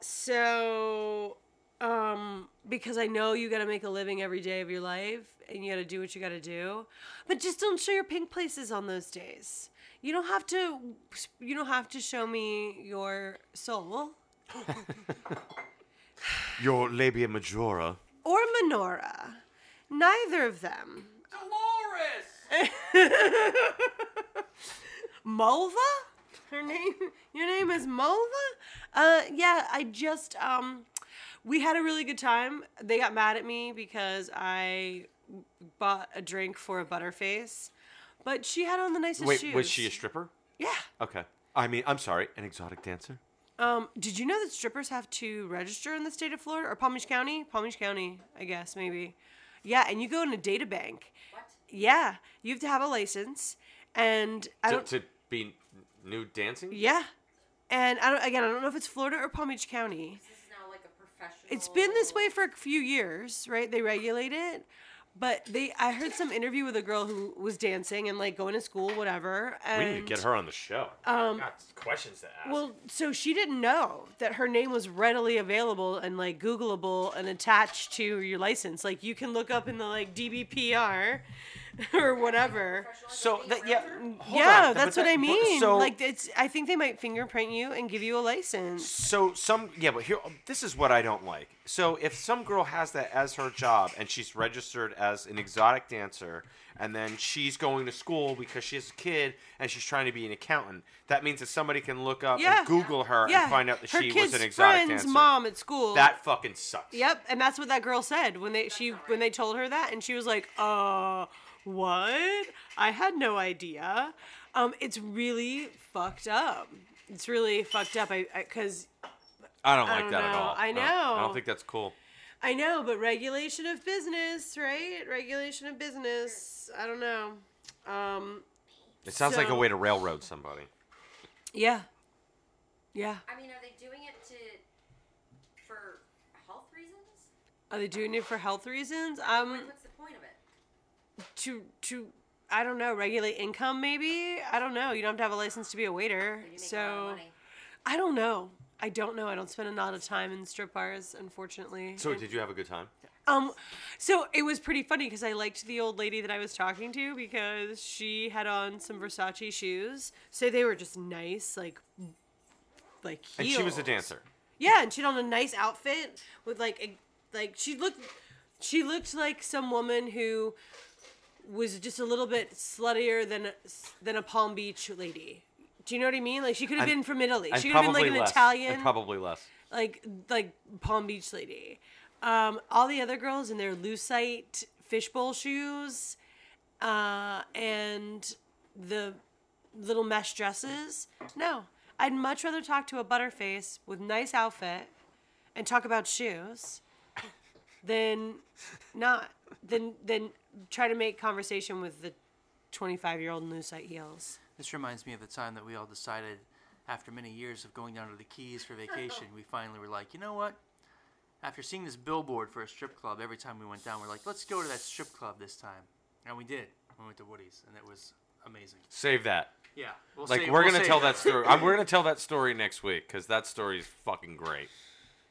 [SPEAKER 1] So um because I know you got to make a living every day of your life and you got to do what you got to do. But just don't show your pink places on those days. You don't have to you don't have to show me your soul
[SPEAKER 2] Your labia majora.
[SPEAKER 1] or menorah. Neither of them.
[SPEAKER 5] Dolores!
[SPEAKER 1] Mulva? Her name your name is Mulva? Uh yeah, I just um we had a really good time. They got mad at me because I bought a drink for a butterface. But she had on the nicest
[SPEAKER 2] Wait,
[SPEAKER 1] shoes.
[SPEAKER 2] was she a stripper?
[SPEAKER 1] Yeah.
[SPEAKER 2] Okay. I mean, I'm sorry, an exotic dancer.
[SPEAKER 1] Um, did you know that strippers have to register in the state of Florida or Palm Beach County? Palm Beach County, I guess, maybe. Yeah, and you go in a data bank.
[SPEAKER 4] What?
[SPEAKER 1] Yeah. You have to have a license and I
[SPEAKER 2] To,
[SPEAKER 1] don't
[SPEAKER 2] to be n- nude dancing.
[SPEAKER 1] Yeah. And I don't again I don't know if it's Florida or Palm Beach County.
[SPEAKER 4] This is now like a professional.
[SPEAKER 1] It's been this way for a few years, right? They regulate it. But they I heard some interview with a girl who was dancing and like going to school, whatever.
[SPEAKER 2] We
[SPEAKER 1] And
[SPEAKER 2] need to get her on the show. Um, Got questions to ask.
[SPEAKER 1] Well, so she didn't know that her name was readily available and like Googleable and attached to your license. Like you can look up in the like DBPR or whatever.
[SPEAKER 2] so that yeah, hold
[SPEAKER 1] yeah,
[SPEAKER 2] on,
[SPEAKER 1] that's
[SPEAKER 2] but
[SPEAKER 1] what I
[SPEAKER 2] that- but-
[SPEAKER 1] mean.
[SPEAKER 2] So,
[SPEAKER 1] like it's I think they might fingerprint you and give you a license.
[SPEAKER 2] So some yeah, but here this is what I don't like. So if some girl has that as her job and she's registered as an exotic dancer and then she's going to school because she has a kid and she's trying to be an accountant, that means that somebody can look up
[SPEAKER 1] Yeah.
[SPEAKER 2] and Google her
[SPEAKER 1] yeah.
[SPEAKER 2] and find out that
[SPEAKER 1] her
[SPEAKER 2] she
[SPEAKER 1] kid's
[SPEAKER 2] was an exotic
[SPEAKER 1] friend's
[SPEAKER 2] dancer.
[SPEAKER 1] mom at school.
[SPEAKER 2] That fucking sucks.
[SPEAKER 1] Yep, and that's what that girl said when they she when they told her that, and she was like, "Uh, what? I had no idea." Um, it's really fucked up. It's really fucked up. I because
[SPEAKER 2] I don't like
[SPEAKER 1] don't
[SPEAKER 2] that at
[SPEAKER 1] know.
[SPEAKER 2] all.
[SPEAKER 1] I
[SPEAKER 2] don't- I
[SPEAKER 1] know.
[SPEAKER 2] don't think that's cool.
[SPEAKER 1] I, know, but regulation of business, right? Regulation of business. I don't know. Um,
[SPEAKER 2] It sounds like a
[SPEAKER 1] So-
[SPEAKER 2] way to railroad somebody.
[SPEAKER 1] yeah, yeah.
[SPEAKER 4] I mean, are they doing it to for health reasons?
[SPEAKER 1] Are they doing it for health reasons? Um,
[SPEAKER 4] What's the point of it?
[SPEAKER 1] to to. I don't know, regulate income maybe? I don't know. You don't have to have a license to be a waiter.
[SPEAKER 4] You make
[SPEAKER 1] So
[SPEAKER 4] a lot of money.
[SPEAKER 1] I don't know. I don't know. I don't spend a lot of time in strip bars, unfortunately.
[SPEAKER 2] So did you have a good time?
[SPEAKER 1] um, so it was pretty funny because I liked the old lady that I was talking to because she had on some Versace shoes. So they were just nice, like, like heels.
[SPEAKER 2] And she was a dancer.
[SPEAKER 1] Yeah, and she had on a nice outfit with like, a, like she looked, she looked like some woman who was just a little bit sluttier than a- than a Palm Beach lady. Do you know what I mean? Like she could have
[SPEAKER 2] And-
[SPEAKER 1] been from Italy.
[SPEAKER 2] And
[SPEAKER 1] She could have been like
[SPEAKER 2] probably
[SPEAKER 1] an
[SPEAKER 2] less.
[SPEAKER 1] Italian
[SPEAKER 2] And probably less.
[SPEAKER 1] like like Palm Beach lady. Um, all the other girls in their lucite fishbowl shoes, uh, and the little mesh dresses. No, I'd much rather talk to a butterface with nice outfit and talk about shoes than not than than try to make conversation with the twenty five year old in lucite heels.
[SPEAKER 3] This reminds me of the time that we all decided, after many years of going down to the Keys for vacation, we finally were like, you know what? After seeing this billboard for a strip club, every time we went down, we're like, let's go to that strip club this time. And we did. We went to Woody's, and it was amazing.
[SPEAKER 2] Save that.
[SPEAKER 3] Yeah. We'll
[SPEAKER 2] Like
[SPEAKER 3] save-
[SPEAKER 2] we're
[SPEAKER 3] we'll
[SPEAKER 2] gonna
[SPEAKER 3] save
[SPEAKER 2] tell that story. I'm, we're gonna tell that story next week because that story is fucking great.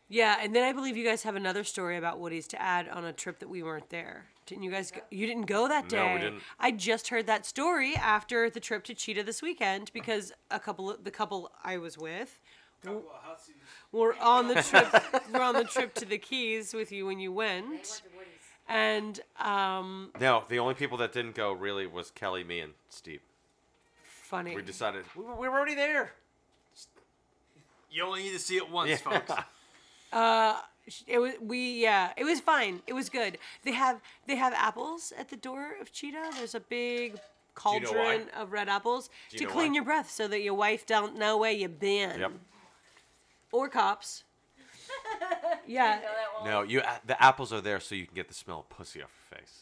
[SPEAKER 1] Yeah, and then I believe you guys have another story about Woody's to add on a trip that we weren't there. Didn't you guys? Go, you didn't go that day.
[SPEAKER 2] No, we didn't.
[SPEAKER 1] I just heard that story after the trip to Cheetah this weekend because a couple, of, the couple I was with,
[SPEAKER 5] Couple of hussies.
[SPEAKER 1] were on the trip. were on the trip to the Keys with you when you
[SPEAKER 4] They
[SPEAKER 1] went,
[SPEAKER 4] went to Woody's.
[SPEAKER 1] and um,
[SPEAKER 2] No, the only people that didn't go really was Kelly, me, and Steve.
[SPEAKER 1] funny.
[SPEAKER 2] We decided we were, we were already there.
[SPEAKER 3] You only need to see it once,
[SPEAKER 2] Yeah.
[SPEAKER 3] folks.
[SPEAKER 1] it was we yeah it was fine it was good they have they have apples at the door of cheetah there's a big
[SPEAKER 2] you know
[SPEAKER 1] cauldron
[SPEAKER 2] why?
[SPEAKER 1] of red apples
[SPEAKER 2] Do you
[SPEAKER 1] to
[SPEAKER 2] know
[SPEAKER 1] clean
[SPEAKER 2] why?
[SPEAKER 1] your breath so that your wife don't know where you've been
[SPEAKER 2] Yep.
[SPEAKER 1] or cops yeah
[SPEAKER 4] You know that one?
[SPEAKER 2] No, you. uh, The apples are there so you can get the smell of pussy off your face.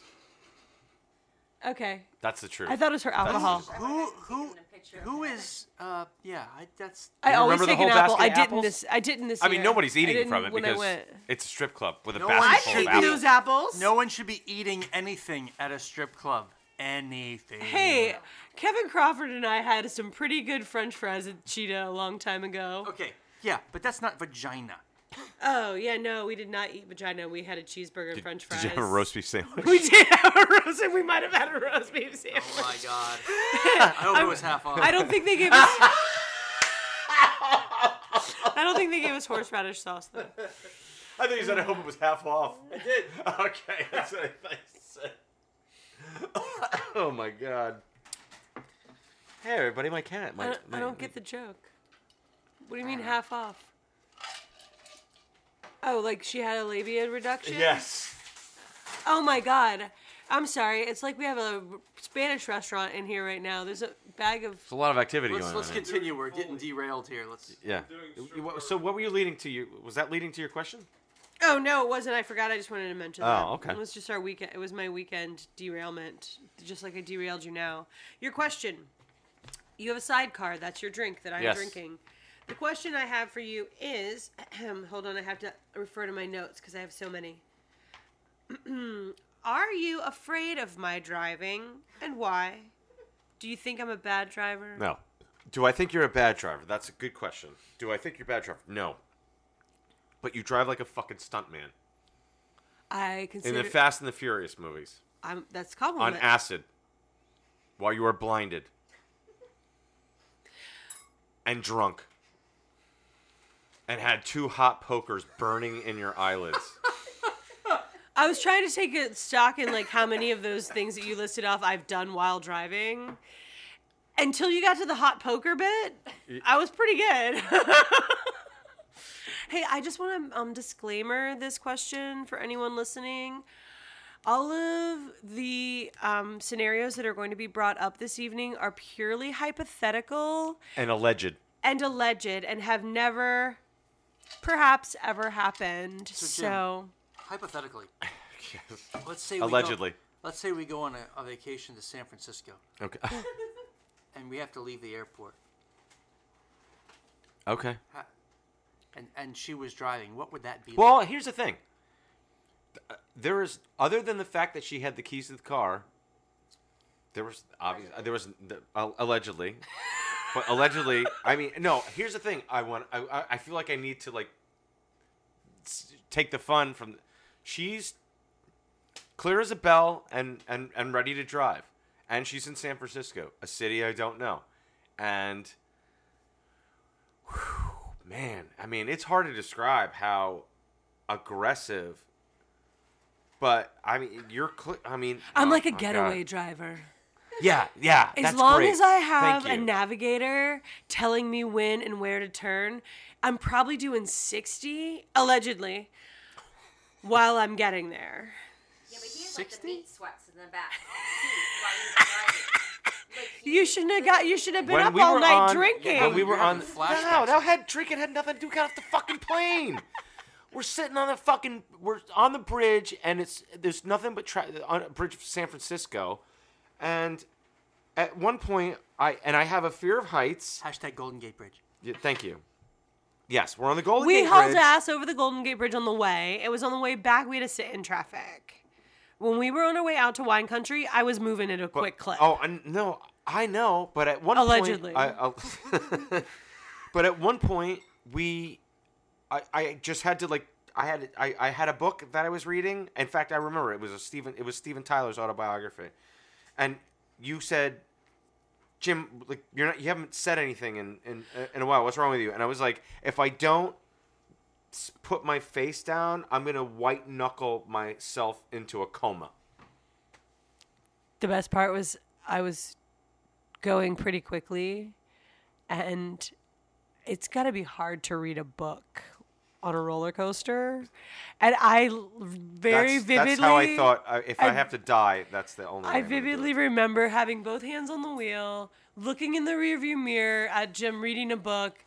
[SPEAKER 1] okay
[SPEAKER 2] That's the truth.
[SPEAKER 1] i thought it was her alcohol
[SPEAKER 2] That's-
[SPEAKER 3] who
[SPEAKER 4] I've
[SPEAKER 3] who
[SPEAKER 4] taken a picture of
[SPEAKER 3] who
[SPEAKER 4] that.
[SPEAKER 3] is? Uh, yeah, I, that's.
[SPEAKER 1] i
[SPEAKER 2] You
[SPEAKER 1] always
[SPEAKER 2] remember the
[SPEAKER 1] take an apple
[SPEAKER 2] whole basket
[SPEAKER 1] i
[SPEAKER 2] of
[SPEAKER 1] didn't
[SPEAKER 2] apples?
[SPEAKER 1] this i didn't this
[SPEAKER 2] I mean,
[SPEAKER 1] year.
[SPEAKER 2] nobody's
[SPEAKER 1] I
[SPEAKER 2] eating
[SPEAKER 1] didn't
[SPEAKER 2] from it
[SPEAKER 1] when I
[SPEAKER 2] because
[SPEAKER 1] went.
[SPEAKER 2] it's a strip club with a
[SPEAKER 3] No one
[SPEAKER 2] basket
[SPEAKER 1] i've
[SPEAKER 2] full of
[SPEAKER 3] should
[SPEAKER 1] eaten
[SPEAKER 2] apples.
[SPEAKER 1] those apples
[SPEAKER 3] No one should be eating anything at a strip club. Anything.
[SPEAKER 1] hey kevin crawford and i had some pretty good french fries at cheetah a long time ago
[SPEAKER 3] Okay. Yeah, but that's not vagina.
[SPEAKER 1] Oh yeah, no, we did not eat vagina. We had a cheeseburger and French fries.
[SPEAKER 2] Did you have a roast beef sandwich?
[SPEAKER 1] We did have a roast, and we might have had a roast beef sandwich.
[SPEAKER 3] Oh my god. I hope it was half off.
[SPEAKER 1] I don't think they gave us. I don't think they gave us horseradish sauce though.
[SPEAKER 2] I think you said I hope it was half off. I did. Okay, that's what I thought you said. oh my god. Hey everybody, my cat. My,
[SPEAKER 1] I don't,
[SPEAKER 2] my,
[SPEAKER 1] I don't get the joke. What do you mean half off? Oh, like she had a labia reduction.
[SPEAKER 2] Yes.
[SPEAKER 1] Oh my god. I'm sorry. It's like we have a Spanish restaurant in here right now. There's a bag of
[SPEAKER 2] It's a lot of activity
[SPEAKER 3] Let's
[SPEAKER 2] going
[SPEAKER 3] let's
[SPEAKER 2] on. here.
[SPEAKER 3] continue. We're getting derailed here. Let's.
[SPEAKER 2] yeah.
[SPEAKER 5] doing
[SPEAKER 2] You-
[SPEAKER 5] strip
[SPEAKER 2] what- So what were you leading to? You was that leading to your question?
[SPEAKER 1] Oh no, it wasn't. I forgot. I just wanted to mention.
[SPEAKER 2] Oh,
[SPEAKER 1] that.
[SPEAKER 2] okay.
[SPEAKER 1] It was just our weekend. It was my weekend derailment, just like I derailed you now. Your question. You have a sidecar. That's your drink that I'm
[SPEAKER 2] Yes.
[SPEAKER 1] drinking. The question I have for you is, hold on, I have to refer to my notes because I have so many. Are you afraid of my driving, and why? Do you think I'm a bad driver?
[SPEAKER 2] No. Do I think you're a bad driver? That's a good question. Do I think you're a bad driver? No. But you drive like a fucking stuntman
[SPEAKER 1] I
[SPEAKER 2] in
[SPEAKER 1] consider
[SPEAKER 2] the Fast and the Furious movies
[SPEAKER 1] I'm, that's a
[SPEAKER 2] on
[SPEAKER 1] compliment.
[SPEAKER 2] acid while you are blinded and drunk and had two hot pokers burning in your eyelids.
[SPEAKER 1] I was trying to take a stock in like how many of those things that you listed off I've done while driving. Until you got to the hot poker bit, I was pretty good. hey, I just want to um, disclaimer this question for anyone listening. All of the um, scenarios that are going to be brought up this evening are purely hypothetical
[SPEAKER 2] and alleged.
[SPEAKER 1] and alleged and have never, perhaps, ever happened. So,
[SPEAKER 3] Jim, Hypothetically, let's say We
[SPEAKER 2] Allegedly.
[SPEAKER 3] go, let's say we go on a, a vacation to San Francisco
[SPEAKER 2] Okay.
[SPEAKER 3] and we have to leave the airport.
[SPEAKER 2] okay.
[SPEAKER 3] Ha- And and she was driving. What would that be?
[SPEAKER 2] Well,
[SPEAKER 3] like?
[SPEAKER 2] here's the thing. Uh, There is other than the fact that she had the keys to the car. There was obvious. uh, There was the- uh, allegedly, but allegedly. I mean, no. Here's the thing. I want. I- I. I feel like I need to like s- take the fun from. She's clear as a bell and and and ready to drive, and she's in San Francisco, a city I don't know, and man, I mean, it's hard to describe how aggressive. But I mean, you're. Cl- I mean,
[SPEAKER 1] I'm
[SPEAKER 2] oh
[SPEAKER 1] like a
[SPEAKER 2] my God.
[SPEAKER 1] getaway driver.
[SPEAKER 2] Yeah, yeah.
[SPEAKER 1] As
[SPEAKER 2] that's
[SPEAKER 1] long
[SPEAKER 2] great.
[SPEAKER 1] as I have
[SPEAKER 2] Thank
[SPEAKER 1] a
[SPEAKER 2] you.
[SPEAKER 1] navigator telling me when and where to turn, I'm probably doing 60, allegedly, while I'm getting there.
[SPEAKER 4] Yeah, but he has like
[SPEAKER 3] 60?
[SPEAKER 4] the meat sweats in the back. while he's driving. Like, he-
[SPEAKER 1] You shouldn't have got. You should have been
[SPEAKER 2] When
[SPEAKER 1] up
[SPEAKER 2] we
[SPEAKER 1] all
[SPEAKER 2] were
[SPEAKER 1] night
[SPEAKER 2] on-
[SPEAKER 1] drinking.
[SPEAKER 2] When we were
[SPEAKER 3] You're
[SPEAKER 2] on
[SPEAKER 3] having
[SPEAKER 2] the
[SPEAKER 3] flashbacks.
[SPEAKER 2] No, that had drinking had nothing to do. Got off the fucking plane. we're sitting on the fucking. We're on the bridge, and it's there's nothing but tra- on a bridge of San Francisco, and at one point I and I have a fear of heights.
[SPEAKER 3] hashtag Golden Gate Bridge.
[SPEAKER 2] Yeah, thank you. Yes, we're on the Golden
[SPEAKER 1] we
[SPEAKER 2] Gate
[SPEAKER 1] hauled
[SPEAKER 2] Bridge.
[SPEAKER 1] ass over the Golden Gate Bridge on the way. It was on the way back. We had to sit in traffic. When we were on our way out to wine country, I was moving at a quick clip.
[SPEAKER 2] Oh I- no, I know, but at one
[SPEAKER 1] Allegedly.
[SPEAKER 2] point, I, I, but at one point we, I, I just had to like I had I, I had a book that I was reading. In fact, I remember it was a Stephen it was Stephen Tyler's autobiography, and you said, Jim, like you're not you haven't said anything in in in a while. What's wrong with you? And I was like, if I don't s- put my face down, I'm gonna white knuckle myself into a coma.
[SPEAKER 1] The best part was I was going pretty quickly, and it's got to be hard to read a book on a roller coaster. And I l- very
[SPEAKER 2] that's,
[SPEAKER 1] vividly,
[SPEAKER 2] That's how I thought. I, if I,
[SPEAKER 1] I-
[SPEAKER 2] have to die, that's the only.
[SPEAKER 1] I
[SPEAKER 2] way I'm gonna do
[SPEAKER 1] vividly
[SPEAKER 2] it.
[SPEAKER 1] remember having both hands on the wheel, looking in the rearview mirror at Jim reading a book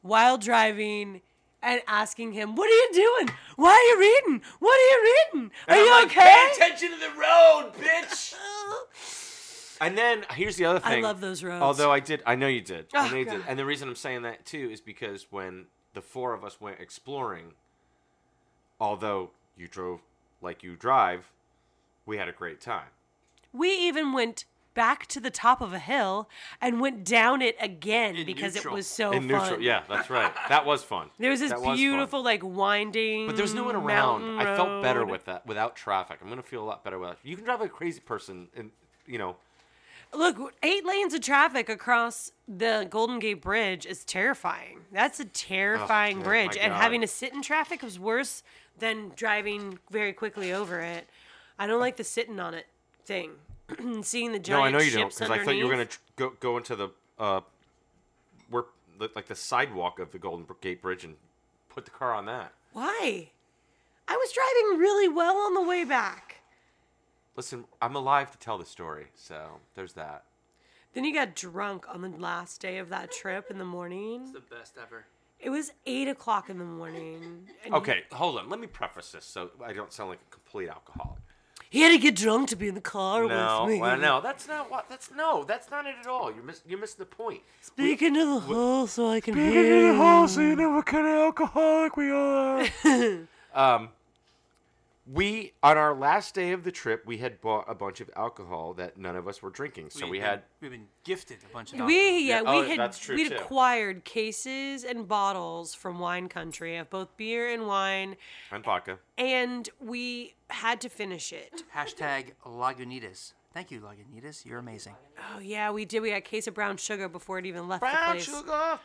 [SPEAKER 1] while driving. And asking him, "What are you doing? Why are you reading? What are you reading? Are you
[SPEAKER 2] I'm like,
[SPEAKER 1] okay?"
[SPEAKER 5] Pay attention to the road, bitch.
[SPEAKER 2] And then here's the other
[SPEAKER 1] I
[SPEAKER 2] thing.
[SPEAKER 1] love those roads.
[SPEAKER 2] Although I did, I know you did. I
[SPEAKER 1] Oh,
[SPEAKER 2] know you did.
[SPEAKER 1] God.
[SPEAKER 2] And the reason I'm saying that too is because when the four of us went exploring, although you drove like you drive, we had a great time.
[SPEAKER 1] We even went back to the top of a hill and went down it again
[SPEAKER 3] In
[SPEAKER 1] because
[SPEAKER 3] neutral.
[SPEAKER 1] it was so
[SPEAKER 2] In
[SPEAKER 1] fun.
[SPEAKER 2] neutral, yeah, that's right. That was fun.
[SPEAKER 1] There was this
[SPEAKER 2] That fun.
[SPEAKER 1] beautiful, like, winding.
[SPEAKER 2] But there was no one around.
[SPEAKER 1] mountain
[SPEAKER 2] I felt better
[SPEAKER 1] road.
[SPEAKER 2] with that without traffic. I'm gonna feel a lot better without. You can drive like a crazy person, and you know
[SPEAKER 1] Look, eight lanes of traffic across the Golden Gate Bridge is terrifying. That's a terrifying
[SPEAKER 2] yeah,
[SPEAKER 1] bridge,
[SPEAKER 2] my
[SPEAKER 1] and
[SPEAKER 2] God.
[SPEAKER 1] having to sit in traffic was worse than driving very quickly over it. I don't like the sitting on it thing. Seeing the giant
[SPEAKER 2] No, I know you don't,
[SPEAKER 1] ships
[SPEAKER 2] because I thought you were
[SPEAKER 1] underneath.
[SPEAKER 2] gonna tr- go go into the uh, where the, like the sidewalk of the Golden Gate Bridge and put the car on that.
[SPEAKER 1] Why? I was driving really well on the way back.
[SPEAKER 2] Listen, I'm alive to tell the story, so there's that.
[SPEAKER 1] Then you got drunk on the last day of that trip in the morning.
[SPEAKER 3] The best ever.
[SPEAKER 1] It was eight o'clock in the morning. and
[SPEAKER 2] Okay, hold on. Let me preface this so I don't sound like a complete alcoholic.
[SPEAKER 1] He had to get drunk to be in the car
[SPEAKER 2] No,
[SPEAKER 1] with me.
[SPEAKER 2] well, no, that's not what. That's no, that's not it at all. You're miss, you're missing the point.
[SPEAKER 1] Speak into the hole so I can hear. you.
[SPEAKER 2] so you know what kind of alcoholic we all are. um, we on our last day of the trip, we had bought a bunch of alcohol that none of us were drinking. So we
[SPEAKER 3] been-
[SPEAKER 2] had
[SPEAKER 3] We've been gifted a bunch of. alcohol.
[SPEAKER 1] We yeah,
[SPEAKER 2] Yeah, oh,
[SPEAKER 1] we had
[SPEAKER 2] that's true,
[SPEAKER 1] we'd
[SPEAKER 2] too.
[SPEAKER 1] acquired cases and bottles from wine country of both beer and wine
[SPEAKER 2] and vodka.
[SPEAKER 1] and we had to finish it.
[SPEAKER 3] Hashtag Lagunitas. Thank you, Lagunitas. You're amazing.
[SPEAKER 1] Oh yeah, we did. We got a case of brown sugar before it even left the place.
[SPEAKER 2] sugar.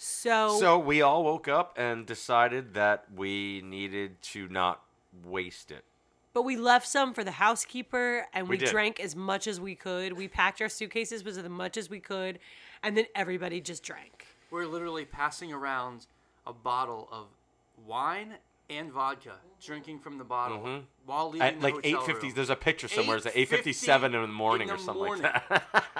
[SPEAKER 1] So,
[SPEAKER 2] So we all woke up and decided that we needed to not waste it.
[SPEAKER 1] but we left some for the housekeeper and we,
[SPEAKER 2] We did.
[SPEAKER 1] drank as much as we could. We packed our suitcases with as much as we could and then everybody just drank.
[SPEAKER 3] We're literally passing around a bottle of wine and vodka, drinking from the bottle while leaving
[SPEAKER 2] Mm-hmm. At
[SPEAKER 3] the
[SPEAKER 2] like
[SPEAKER 3] hotel
[SPEAKER 2] eight fifty,
[SPEAKER 3] room.
[SPEAKER 2] there's a picture somewhere. It's at eight
[SPEAKER 3] 8:50
[SPEAKER 2] fifty-seven in the morning
[SPEAKER 3] in
[SPEAKER 2] or
[SPEAKER 3] the
[SPEAKER 2] something
[SPEAKER 3] morning.
[SPEAKER 2] like that.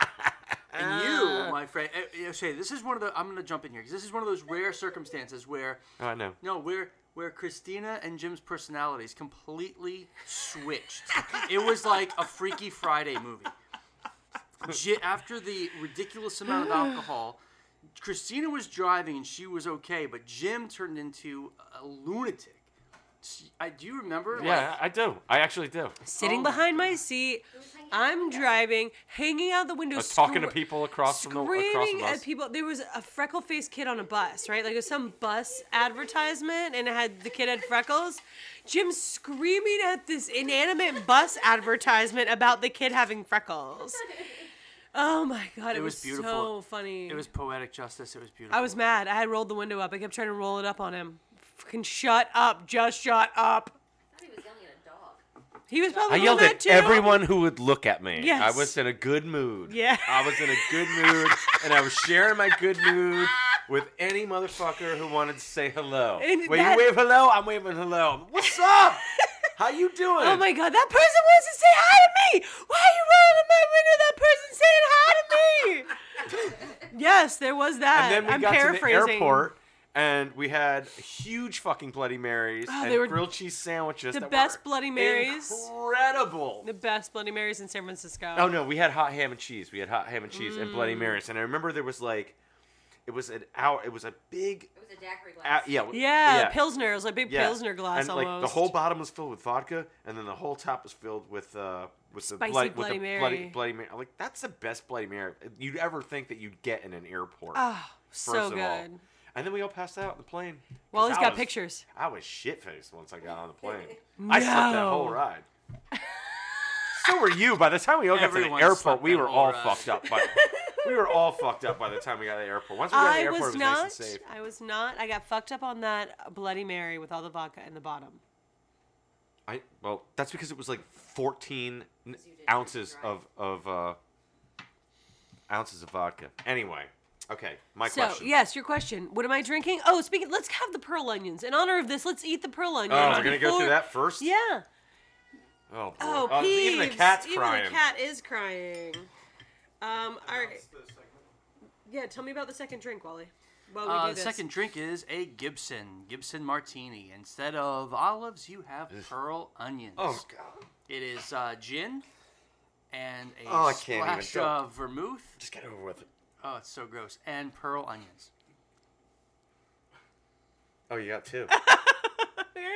[SPEAKER 2] Ah.
[SPEAKER 3] And you, my friend, say this is one of the. I'm gonna jump in here because this is one of those rare circumstances where
[SPEAKER 2] I know.
[SPEAKER 3] no, where where Christina and Jim's personalities completely switched. it was like a Freaky Friday movie. Ji- after the ridiculous amount of alcohol, Christina was driving and she was okay, but Jim turned into a lunatic. She- I do you remember.
[SPEAKER 2] Yeah,
[SPEAKER 3] like,
[SPEAKER 2] I do. I actually do.
[SPEAKER 1] Sitting behind my seat,
[SPEAKER 4] hanging out
[SPEAKER 1] I'm driving, hanging out the window,
[SPEAKER 2] I was Uh, talking to
[SPEAKER 1] scr-
[SPEAKER 2] people across from the across
[SPEAKER 1] screaming
[SPEAKER 2] from us.
[SPEAKER 1] at people. There was a freckle-faced kid on a bus, right? Like it was some bus advertisement, and it had the kid had freckles. Jim screaming at this inanimate bus advertisement about the kid having freckles. Oh my god, it,
[SPEAKER 3] It was beautiful.
[SPEAKER 1] so funny.
[SPEAKER 3] It was poetic justice. It was beautiful.
[SPEAKER 1] I was mad. I had rolled the window up. I kept trying to roll it up on him. Fucking shut up! Just shut up.
[SPEAKER 4] I thought he was yelling at a dog.
[SPEAKER 1] He was probably
[SPEAKER 2] I
[SPEAKER 1] doing
[SPEAKER 2] yelled
[SPEAKER 1] that
[SPEAKER 2] at
[SPEAKER 1] too.
[SPEAKER 2] everyone who would look at me.
[SPEAKER 1] Yes.
[SPEAKER 2] I was in a good mood.
[SPEAKER 1] Yeah.
[SPEAKER 2] I was in a good mood, and I was sharing my good mood with any motherfucker who wanted to say hello.
[SPEAKER 1] And
[SPEAKER 2] When
[SPEAKER 1] that-
[SPEAKER 2] you wave hello, I'm waving hello. What's up? How you doing?
[SPEAKER 1] Oh my god, that person wants to say hi to me! Why are you rolling in my window? That person saying hi to me! yes, there was that.
[SPEAKER 2] And then we
[SPEAKER 1] I'm
[SPEAKER 2] got to the
[SPEAKER 1] paraphrasing.
[SPEAKER 2] airport. And we had huge fucking Bloody Marys and
[SPEAKER 1] Oh, they were
[SPEAKER 2] grilled cheese sandwiches.
[SPEAKER 1] the
[SPEAKER 2] that
[SPEAKER 1] best
[SPEAKER 2] were
[SPEAKER 1] Bloody Marys.
[SPEAKER 2] Incredible.
[SPEAKER 1] The best Bloody Marys in San Francisco. Mm.
[SPEAKER 2] Oh no, we had hot ham and cheese. We had hot ham and cheese and Bloody Marys. And I remember there was like, It was an hour. It was a big.
[SPEAKER 4] It was a daiquiri
[SPEAKER 2] Uh,
[SPEAKER 4] glass.
[SPEAKER 2] yeah, w-
[SPEAKER 1] Yeah, pilsner. It was a big
[SPEAKER 2] yeah.
[SPEAKER 1] pilsner glass
[SPEAKER 2] and,
[SPEAKER 1] almost.
[SPEAKER 2] Like, the whole bottom was filled with vodka, and then the whole top was filled with uh, with the
[SPEAKER 1] Spicy
[SPEAKER 2] bloody,
[SPEAKER 1] Bloody
[SPEAKER 2] with the
[SPEAKER 1] Mary.
[SPEAKER 2] bloody bloody Mary. I'm like that's the best bloody Mary you'd ever think that you'd get in an airport.
[SPEAKER 1] Oh, so
[SPEAKER 2] first
[SPEAKER 1] good.
[SPEAKER 2] of all. And then we all passed out on the plane. 'Cause
[SPEAKER 1] Wally's
[SPEAKER 2] I
[SPEAKER 1] got
[SPEAKER 2] was-
[SPEAKER 1] pictures.
[SPEAKER 2] I was shit faced once I got on the plane. I slept that whole
[SPEAKER 1] No.
[SPEAKER 2] ride. so were you. By the time we all got
[SPEAKER 3] Everyone
[SPEAKER 2] to the
[SPEAKER 3] slept
[SPEAKER 2] airport, we
[SPEAKER 3] that
[SPEAKER 2] were
[SPEAKER 3] whole
[SPEAKER 2] all
[SPEAKER 3] ride.
[SPEAKER 2] fucked up. By, we were all fucked up by the time we got to the airport. Once we got to the
[SPEAKER 1] I
[SPEAKER 2] airport,
[SPEAKER 1] was
[SPEAKER 2] it was
[SPEAKER 1] not.
[SPEAKER 2] nice and safe.
[SPEAKER 1] I was not. I got fucked up on that Bloody Mary with all the vodka in the bottom.
[SPEAKER 2] I well, that's because it was like 14 n-
[SPEAKER 4] you didn't
[SPEAKER 2] ounces
[SPEAKER 4] drink.
[SPEAKER 2] of of uh, ounces of vodka. Anyway, okay, my
[SPEAKER 1] So
[SPEAKER 2] question.
[SPEAKER 1] yes, your question. What am I drinking? Oh, speaking. Let's have the pearl onions in honor of this. Let's eat the pearl onions.
[SPEAKER 2] Oh, we're gonna go
[SPEAKER 1] before-
[SPEAKER 2] through that first.
[SPEAKER 1] Yeah.
[SPEAKER 2] Oh, boy.
[SPEAKER 1] Oh,
[SPEAKER 2] Oh,
[SPEAKER 1] peeves.
[SPEAKER 2] even the cat's
[SPEAKER 1] Even
[SPEAKER 2] crying.
[SPEAKER 1] the cat is crying. Um. All right. Yeah. Tell me about the second drink, Wally. While we
[SPEAKER 3] Uh,
[SPEAKER 1] do
[SPEAKER 3] the
[SPEAKER 1] this.
[SPEAKER 3] second drink is a Gibson Gibson Martini. Instead of olives, you have pearl onions.
[SPEAKER 2] Oh God.
[SPEAKER 3] It is uh, gin and a
[SPEAKER 2] Oh, I can't even.
[SPEAKER 3] splash
[SPEAKER 2] Don't.
[SPEAKER 3] of vermouth.
[SPEAKER 2] Just get over with it.
[SPEAKER 3] Oh, it's so gross. And pearl onions.
[SPEAKER 2] Oh, you got two.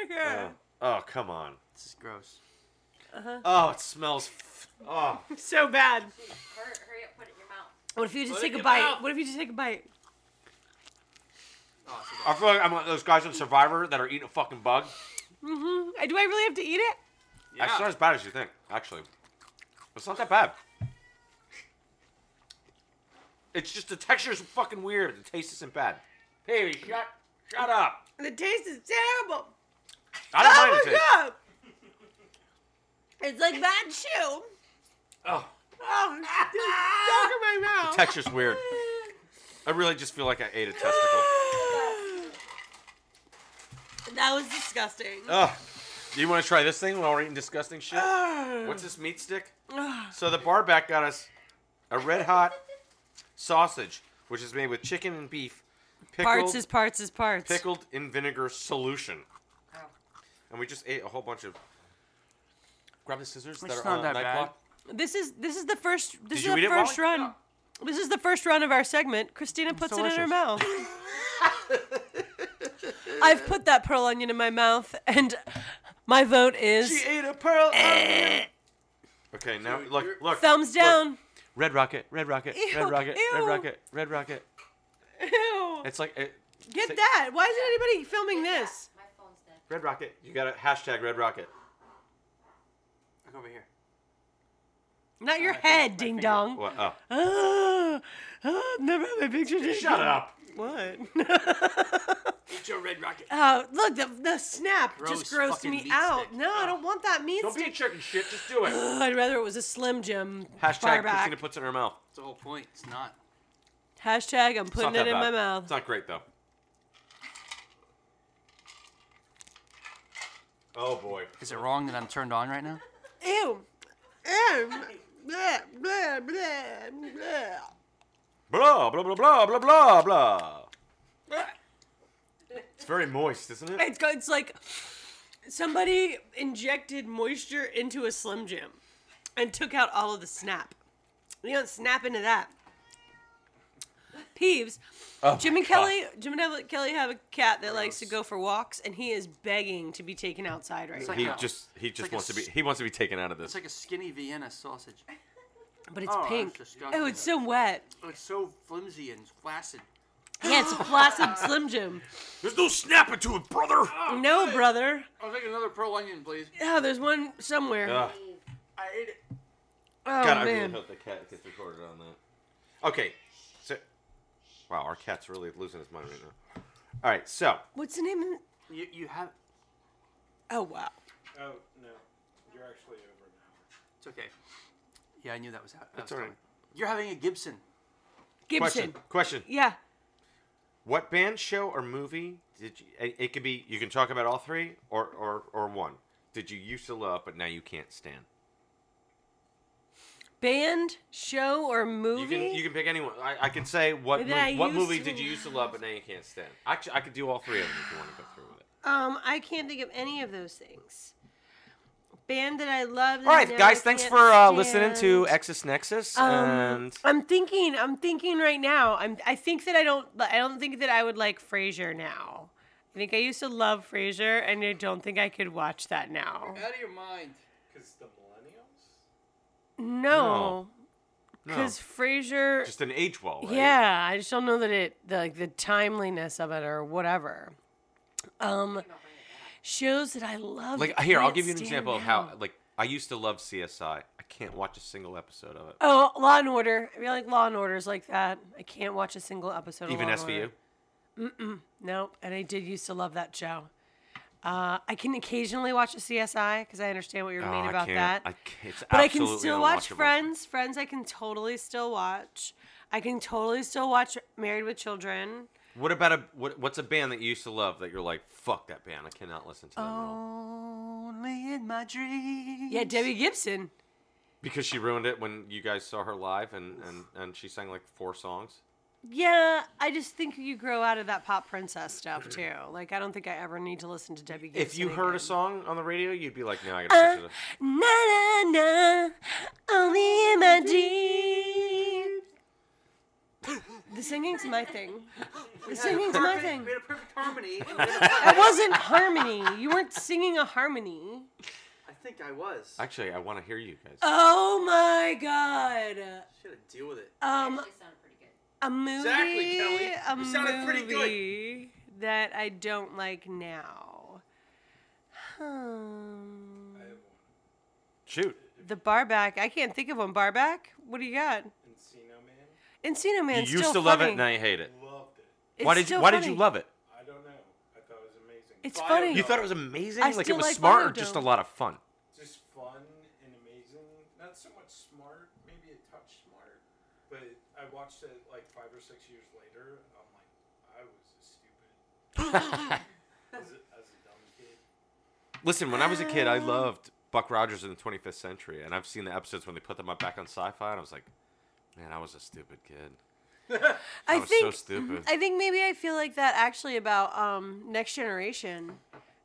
[SPEAKER 1] Yeah.
[SPEAKER 2] oh. Oh, come on.
[SPEAKER 3] This is gross.
[SPEAKER 2] Oh, it smells. F- oh,
[SPEAKER 1] So bad.
[SPEAKER 4] Hurry, hurry up, put it in your mouth.
[SPEAKER 1] What if you just
[SPEAKER 5] Put it
[SPEAKER 1] take
[SPEAKER 5] in
[SPEAKER 1] a
[SPEAKER 5] your
[SPEAKER 1] bite?
[SPEAKER 5] mouth.
[SPEAKER 1] What if you just take a bite?
[SPEAKER 3] Oh, it's so
[SPEAKER 2] I feel like I'm one of those guys on Survivor that are eating a fucking bug.
[SPEAKER 1] Mm, Do I really have to eat it?
[SPEAKER 5] Yeah.
[SPEAKER 2] It's not as bad as you think, actually. It's not that bad. It's just the texture is fucking weird. The taste isn't bad. Baby, shut, shut up.
[SPEAKER 1] The taste is terrible.
[SPEAKER 2] I don't mind
[SPEAKER 1] oh
[SPEAKER 2] the
[SPEAKER 1] my
[SPEAKER 2] taste.
[SPEAKER 1] god! It's like bad chew.
[SPEAKER 2] Oh,
[SPEAKER 1] Oh, it's stuck in my mouth.
[SPEAKER 2] texture's weird. I really just feel like I ate a testicle.
[SPEAKER 1] that was disgusting.
[SPEAKER 2] Ugh. Do you want to try this thing while we're eating disgusting shit?
[SPEAKER 1] Ugh.
[SPEAKER 2] What's this meat stick?
[SPEAKER 1] Ugh.
[SPEAKER 2] So the barback got us a red hot sausage, which is made with chicken and beef, pickled,
[SPEAKER 1] parts is parts is parts.
[SPEAKER 2] pickled in vinegar solution.
[SPEAKER 4] Oh.
[SPEAKER 2] And we just ate a whole bunch of. Grab the scissors that
[SPEAKER 3] It's
[SPEAKER 2] are
[SPEAKER 3] not
[SPEAKER 2] on
[SPEAKER 3] that
[SPEAKER 2] the knife
[SPEAKER 3] bad.
[SPEAKER 2] block.
[SPEAKER 1] This is this is the first this
[SPEAKER 2] Did you
[SPEAKER 1] is
[SPEAKER 2] eat
[SPEAKER 1] the
[SPEAKER 2] it,
[SPEAKER 1] first
[SPEAKER 2] Molly?
[SPEAKER 1] run. This is the first run of our segment. Christina puts it in her
[SPEAKER 2] delicious.
[SPEAKER 1] mouth. I've put that pearl onion in my mouth, and my vote
[SPEAKER 2] She
[SPEAKER 1] is
[SPEAKER 2] ate a pearl.
[SPEAKER 1] Eh.
[SPEAKER 2] onion. okay, now look, look.
[SPEAKER 1] thumbs
[SPEAKER 2] look.
[SPEAKER 1] down.
[SPEAKER 2] Red rocket, red rocket,
[SPEAKER 1] Ew,
[SPEAKER 2] red rocket,
[SPEAKER 1] ew.
[SPEAKER 2] red rocket, red rocket.
[SPEAKER 1] Ew.
[SPEAKER 2] It's like eh, it,
[SPEAKER 1] Get that. Why isn't anybody filming
[SPEAKER 4] Yeah,
[SPEAKER 1] this?
[SPEAKER 4] My phone's dead.
[SPEAKER 2] red rocket. You got to hashtag red rocket.
[SPEAKER 3] Look over here.
[SPEAKER 1] Not
[SPEAKER 2] Oh,
[SPEAKER 1] your head, ding dong.
[SPEAKER 2] What? Oh,
[SPEAKER 1] Ah, ah, never had my picture taken.
[SPEAKER 2] shut up.
[SPEAKER 1] What?
[SPEAKER 3] It's your red rocket.
[SPEAKER 1] oh, look, the, the snap just
[SPEAKER 3] Gross
[SPEAKER 1] grossed
[SPEAKER 3] fucking
[SPEAKER 1] me
[SPEAKER 3] meat
[SPEAKER 1] out.
[SPEAKER 3] stick.
[SPEAKER 1] No, I don't want that meat
[SPEAKER 2] Oh. Don't be
[SPEAKER 1] stick.
[SPEAKER 2] a chicken shit. Just do it.
[SPEAKER 1] Ugh, I'd rather it was a Slim Jim.
[SPEAKER 2] Hashtag
[SPEAKER 1] far
[SPEAKER 2] Christina
[SPEAKER 1] back.
[SPEAKER 2] puts it in her mouth.
[SPEAKER 3] That's the whole point. It's not.
[SPEAKER 1] Hashtag I'm
[SPEAKER 2] It's
[SPEAKER 1] putting
[SPEAKER 2] not
[SPEAKER 1] it
[SPEAKER 2] that
[SPEAKER 1] in my
[SPEAKER 2] bad.
[SPEAKER 1] mouth.
[SPEAKER 2] It's not great though. Oh boy.
[SPEAKER 3] Is it wrong that I'm turned on right now?
[SPEAKER 1] Ew. Ew. Blah, blah, blah, blah.
[SPEAKER 2] Blah blah blah blah blah blah blah. It's very moist, isn't it?
[SPEAKER 1] It's, go- it's like somebody injected moisture into a Slim Jim and took out all of the snap. You don't snap into that. Peeves.
[SPEAKER 2] Oh,
[SPEAKER 1] Jim and Kelly, Jim and Evelyn- Kelly have a cat that likes to go for walks, and he is begging to be taken outside right now.
[SPEAKER 2] He
[SPEAKER 3] Yeah.
[SPEAKER 2] just he just
[SPEAKER 3] like a
[SPEAKER 2] wants to be
[SPEAKER 3] s-
[SPEAKER 2] he wants to be taken out of this.
[SPEAKER 3] It's like a skinny Vienna sausage.
[SPEAKER 1] But it's
[SPEAKER 3] Oh, that's
[SPEAKER 1] pink.
[SPEAKER 3] disgusting.
[SPEAKER 1] Oh, it's so wet.
[SPEAKER 3] Oh, It's so flimsy and flaccid.
[SPEAKER 1] Yeah, it's a flaccid Slim Jim.
[SPEAKER 2] There's no snapping to it, brother.
[SPEAKER 1] No, brother.
[SPEAKER 3] I'll take another pearl onion, please.
[SPEAKER 1] Yeah, there's one somewhere.
[SPEAKER 2] Ugh.
[SPEAKER 3] I ate it.
[SPEAKER 1] oh
[SPEAKER 2] God, I really
[SPEAKER 1] man.
[SPEAKER 2] hope the cat gets recorded on that. Okay, so wow, our cat's really losing his mind right now. All right, so
[SPEAKER 1] What's the name? Of...
[SPEAKER 3] You, you have.
[SPEAKER 1] Oh wow.
[SPEAKER 6] Oh, no. You're actually over an hour.
[SPEAKER 3] It's okay. Yeah, I knew that was. That
[SPEAKER 2] That's all
[SPEAKER 3] was
[SPEAKER 2] right.
[SPEAKER 3] coming. You're having a Gibson.
[SPEAKER 1] Gibson.
[SPEAKER 2] question question.
[SPEAKER 1] Yeah.
[SPEAKER 2] What band, show, or movie did you? It, it could be. You can talk about all three, or or or one. Did you used to love, but now you can't stand?
[SPEAKER 1] Band, show, or movie?
[SPEAKER 2] You can you can pick anyone. I, I can say what
[SPEAKER 1] That
[SPEAKER 2] mov-
[SPEAKER 1] I
[SPEAKER 2] what
[SPEAKER 1] used
[SPEAKER 2] movie
[SPEAKER 1] to
[SPEAKER 2] did you used to love, but now you can't stand. Actually, I could do all three of them if you want to go through with it.
[SPEAKER 1] Um, I can't think of any of those things. band that I love. that
[SPEAKER 2] All
[SPEAKER 1] I
[SPEAKER 2] right,
[SPEAKER 1] now
[SPEAKER 2] guys. Thanks
[SPEAKER 1] can't
[SPEAKER 2] for uh, listening to
[SPEAKER 1] stand.
[SPEAKER 2] Exus Nexus.
[SPEAKER 1] Um,
[SPEAKER 2] and
[SPEAKER 1] I'm thinking. I'm thinking right now. I'm. I think that I don't. I don't think that I would like Frasier now. I think I used to love Frasier, and I don't think I could watch that now.
[SPEAKER 3] Out of your mind.
[SPEAKER 6] Because the millennials?
[SPEAKER 1] No,
[SPEAKER 2] no,
[SPEAKER 1] because Frasier.
[SPEAKER 2] just an age wall. Right?
[SPEAKER 1] Yeah, I just don't know that it the like, the timeliness of it or whatever. Um, shows that I love.
[SPEAKER 2] Like here, I'll give you an example of how. Like I used to love CSI. I can't watch a single episode of it.
[SPEAKER 1] Oh, Law and Order. I feel like Law and Order's like that. I can't watch a single episode.
[SPEAKER 2] Even
[SPEAKER 1] of Law and
[SPEAKER 2] SVU.
[SPEAKER 1] Order. No, and I did used to love that show. Uh, I can occasionally watch a CSI because I understand what you're
[SPEAKER 2] Oh,
[SPEAKER 1] mean
[SPEAKER 2] I
[SPEAKER 1] about
[SPEAKER 2] can't.
[SPEAKER 1] that.
[SPEAKER 2] I can't, it's
[SPEAKER 1] but I can
[SPEAKER 2] absolutely
[SPEAKER 1] still watch
[SPEAKER 2] unwatchable.
[SPEAKER 1] Friends. Friends, I can totally still watch. I can totally still watch Married with Children.
[SPEAKER 2] What about a what, what's a band that you used to love that you're like fuck that band? I cannot listen to them at
[SPEAKER 1] Oh.
[SPEAKER 2] all.
[SPEAKER 3] Only in my dreams.
[SPEAKER 1] Yeah, Debbie Gibson.
[SPEAKER 2] because she ruined it when you guys saw her live and and and she sang like four songs.
[SPEAKER 1] Yeah, I just think you grow out of that pop princess stuff too. Like, I don't think I ever need to listen to Debbie Gibson.
[SPEAKER 2] If you heard
[SPEAKER 1] again.
[SPEAKER 2] a song on the radio, you'd be like, no, I
[SPEAKER 1] Uh,
[SPEAKER 2] gotta switch it. up."
[SPEAKER 1] Na na na, only in my dreams. The singing's my thing. The singing's my thing.
[SPEAKER 3] We had a perfect harmony. and
[SPEAKER 1] That wasn't harmony. You weren't singing a harmony.
[SPEAKER 3] I think I was. I
[SPEAKER 2] Actually, I want to hear you guys.
[SPEAKER 1] Oh my god.
[SPEAKER 3] should have deal with it.
[SPEAKER 1] Um,
[SPEAKER 4] Actually, sounded pretty good.
[SPEAKER 1] a movie.
[SPEAKER 3] Exactly, Kelly.
[SPEAKER 1] A
[SPEAKER 3] You sounded pretty good.
[SPEAKER 1] movie that I don't like now. Hmm.
[SPEAKER 2] Shoot,
[SPEAKER 1] The Barback. I can't think of one. Barback. What do you got?
[SPEAKER 6] Encino Man?
[SPEAKER 1] Encino
[SPEAKER 2] you
[SPEAKER 1] Man.
[SPEAKER 2] used to love it, now you hate it.
[SPEAKER 6] Loved it.
[SPEAKER 2] why did you, Why did you love it?
[SPEAKER 6] I don't know. I thought it was amazing.
[SPEAKER 1] It's
[SPEAKER 3] Bio-
[SPEAKER 1] funny.
[SPEAKER 2] You thought it was amazing,
[SPEAKER 1] I
[SPEAKER 2] like it
[SPEAKER 1] still
[SPEAKER 2] was
[SPEAKER 1] like
[SPEAKER 2] smart, or
[SPEAKER 1] Biodome.
[SPEAKER 2] just a lot of fun.
[SPEAKER 6] Just fun and amazing. Not so much smart, maybe a touch smart. But I watched it like five or six years later. And I'm like, I was a stupid. as, a, as a dumb kid.
[SPEAKER 2] Listen, when I was a kid, I loved Buck Rogers in the 25th Century, and I've seen the episodes when they put them up back on Sci-Fi, and I was like, man, I was a stupid kid.
[SPEAKER 1] I
[SPEAKER 2] was Oh, so
[SPEAKER 1] think,
[SPEAKER 2] stupid.
[SPEAKER 1] I think maybe I feel like that actually about um, Next Generation.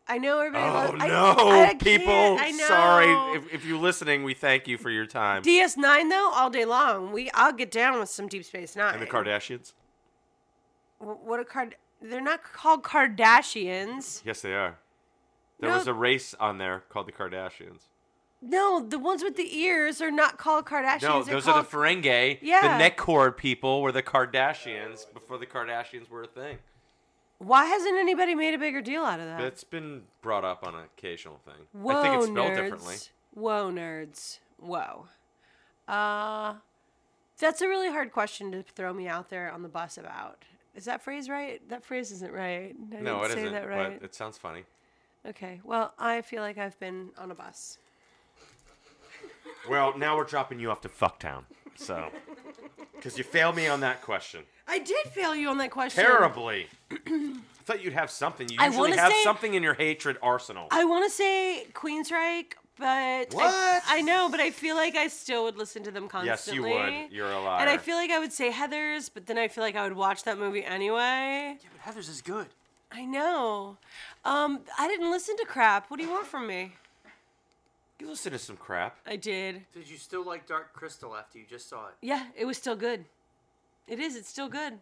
[SPEAKER 1] I know everybody.
[SPEAKER 2] Oh
[SPEAKER 1] loves, I-
[SPEAKER 2] no,
[SPEAKER 1] I can't-
[SPEAKER 2] people!
[SPEAKER 1] I know.
[SPEAKER 2] Sorry, if, if you're listening, we thank you for your time.
[SPEAKER 1] DS9 though, all day long. We I'll get down with some Deep Space Nine.
[SPEAKER 2] and the Kardashians?
[SPEAKER 1] W- What a card. They're not called Kardashians.
[SPEAKER 2] Yes, they are. There
[SPEAKER 1] No.
[SPEAKER 2] was a race on there called the Kardashians.
[SPEAKER 1] No, the ones with the ears are not called Kardashians.
[SPEAKER 2] No,
[SPEAKER 1] They're
[SPEAKER 2] those
[SPEAKER 1] called,
[SPEAKER 2] are the Ferengi.
[SPEAKER 1] Yeah.
[SPEAKER 2] The neck cord people were the Kardashians before the Kardashians were a thing.
[SPEAKER 1] Why hasn't anybody made a bigger deal out of that?
[SPEAKER 2] It's been brought up on an occasional thing.
[SPEAKER 1] Whoa,
[SPEAKER 2] I think it's spelled
[SPEAKER 1] nerds.
[SPEAKER 2] differently.
[SPEAKER 1] Whoa, nerds. Whoa. Uh, that's a really hard question to throw me out there on the bus about. Is that phrase right? That phrase isn't right. I
[SPEAKER 2] No,
[SPEAKER 1] didn't
[SPEAKER 2] it
[SPEAKER 1] say
[SPEAKER 2] isn't.
[SPEAKER 1] that right.
[SPEAKER 2] But it sounds funny.
[SPEAKER 1] Okay. Well, I feel like I've been on a bus.
[SPEAKER 2] Well, now we're dropping you off to Fucktown. So, because you failed me on that question
[SPEAKER 1] I did fail you on that question.
[SPEAKER 2] terribly. I thought you'd have something. You
[SPEAKER 1] I
[SPEAKER 2] usually
[SPEAKER 1] wanna
[SPEAKER 2] have
[SPEAKER 1] say-
[SPEAKER 2] something in your hatred arsenal.
[SPEAKER 1] I want to say Queensryche, but I,
[SPEAKER 2] What?
[SPEAKER 1] I know, but I feel like I still would listen to them
[SPEAKER 2] yes,
[SPEAKER 1] constantly.
[SPEAKER 2] you would. You're a liar.
[SPEAKER 1] And I feel like I would say Heather's, but then I feel like I would watch that movie anyway.
[SPEAKER 3] Yeah, but Heather's is good.
[SPEAKER 1] I know. Um, I didn't listen to crap. What do you want from me?
[SPEAKER 2] you listen to some crap.
[SPEAKER 1] I did.
[SPEAKER 3] Did you still like Dark Crystal after you just saw it?
[SPEAKER 1] Yeah, it was still good. It is. It's still good.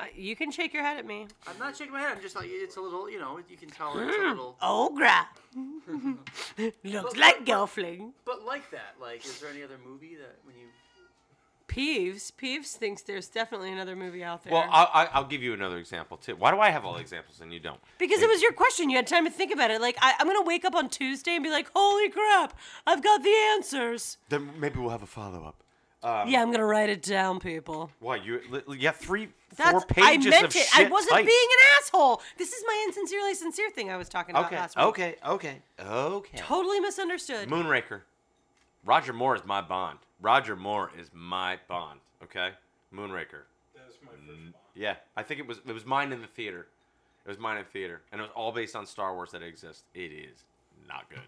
[SPEAKER 1] Uh, you can shake your head at me.
[SPEAKER 3] I'm not shaking my head. I'm just like it's a little, you know, you can tell
[SPEAKER 2] Mm.
[SPEAKER 3] it's a little.
[SPEAKER 1] Ogra. Oh, Looks like Gelfling.
[SPEAKER 3] But like that, like, is there any other movie that when you?
[SPEAKER 1] Peeves. Peeves thinks there's definitely another movie out there.
[SPEAKER 2] Well, I'll, I'll- I'll give you another example too. Why do I have all the examples and you don't?
[SPEAKER 1] because it was your question. You had time to think about it. Like, I, I'm going to wake up on Tuesday and be like, holy crap, I've got the answers.
[SPEAKER 2] Then maybe we'll have a follow up.
[SPEAKER 1] yeah, I'm going to write it down, people.
[SPEAKER 2] Why you? li- You have three,
[SPEAKER 1] That's,
[SPEAKER 2] four pages
[SPEAKER 1] I meant
[SPEAKER 2] of
[SPEAKER 1] it.
[SPEAKER 2] shit.
[SPEAKER 1] I wasn't
[SPEAKER 2] typed.
[SPEAKER 1] being an asshole. This is my insincerely sincere thing I was talking about
[SPEAKER 2] Okay.
[SPEAKER 1] last week.
[SPEAKER 2] Okay. Okay. Okay.
[SPEAKER 1] Totally misunderstood.
[SPEAKER 2] Moonraker. Roger Moore is my Bond. Roger Moore is my Bond. Okay. Moonraker.
[SPEAKER 6] That was my first bond.
[SPEAKER 2] Yeah. I think it was it was mine in the theater. It was mine in theater, and it was all based on Star Wars that exists. It is not good.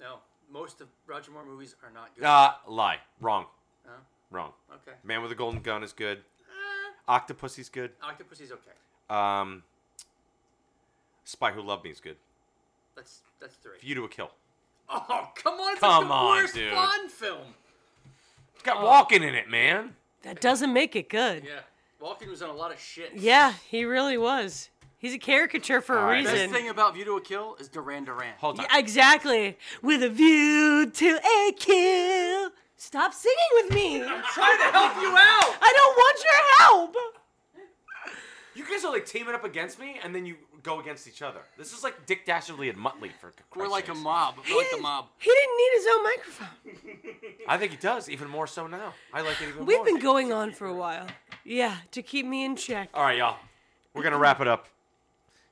[SPEAKER 3] No, most of Roger Moore movies are not good.
[SPEAKER 2] Uh lie. Wrong.
[SPEAKER 3] No?
[SPEAKER 2] Wrong.
[SPEAKER 3] Okay.
[SPEAKER 2] Man with a Golden Gun is good. Uh. Octopussy's good.
[SPEAKER 3] Octopussy's okay.
[SPEAKER 2] Um, Spy Who Loved Me is good.
[SPEAKER 3] That's that's three.
[SPEAKER 2] View to a Kill.
[SPEAKER 5] Oh, come on. It's like
[SPEAKER 2] Come
[SPEAKER 5] the
[SPEAKER 2] on,
[SPEAKER 5] worst
[SPEAKER 2] dude.
[SPEAKER 5] Bond film.
[SPEAKER 2] It's got walking in it, man.
[SPEAKER 1] That doesn't make it good.
[SPEAKER 5] Yeah. Walken was on a lot of shit.
[SPEAKER 1] Yeah, he really was. He's a caricature for
[SPEAKER 2] All
[SPEAKER 1] a
[SPEAKER 2] right.
[SPEAKER 1] reason.
[SPEAKER 3] Best thing about View to a Kill is Duran Duran.
[SPEAKER 2] Hold on.
[SPEAKER 1] Yeah, exactly. With a view to a kill. Stop singing with me. I
[SPEAKER 5] Trying to help you out.
[SPEAKER 1] don't want your help.
[SPEAKER 2] You guys are like teaming up against me, and then you go against each other. This is like Dick Dastardly and Muttley for Christ's
[SPEAKER 3] We're like a
[SPEAKER 2] sakes.
[SPEAKER 3] mob. We're like the mob.
[SPEAKER 1] He didn't need his own microphone.
[SPEAKER 2] I think he does even more so now. I like it even more.
[SPEAKER 1] We've been going on for a while. Yeah, to keep me in check.
[SPEAKER 2] All right, y'all. We're gonna wrap it up.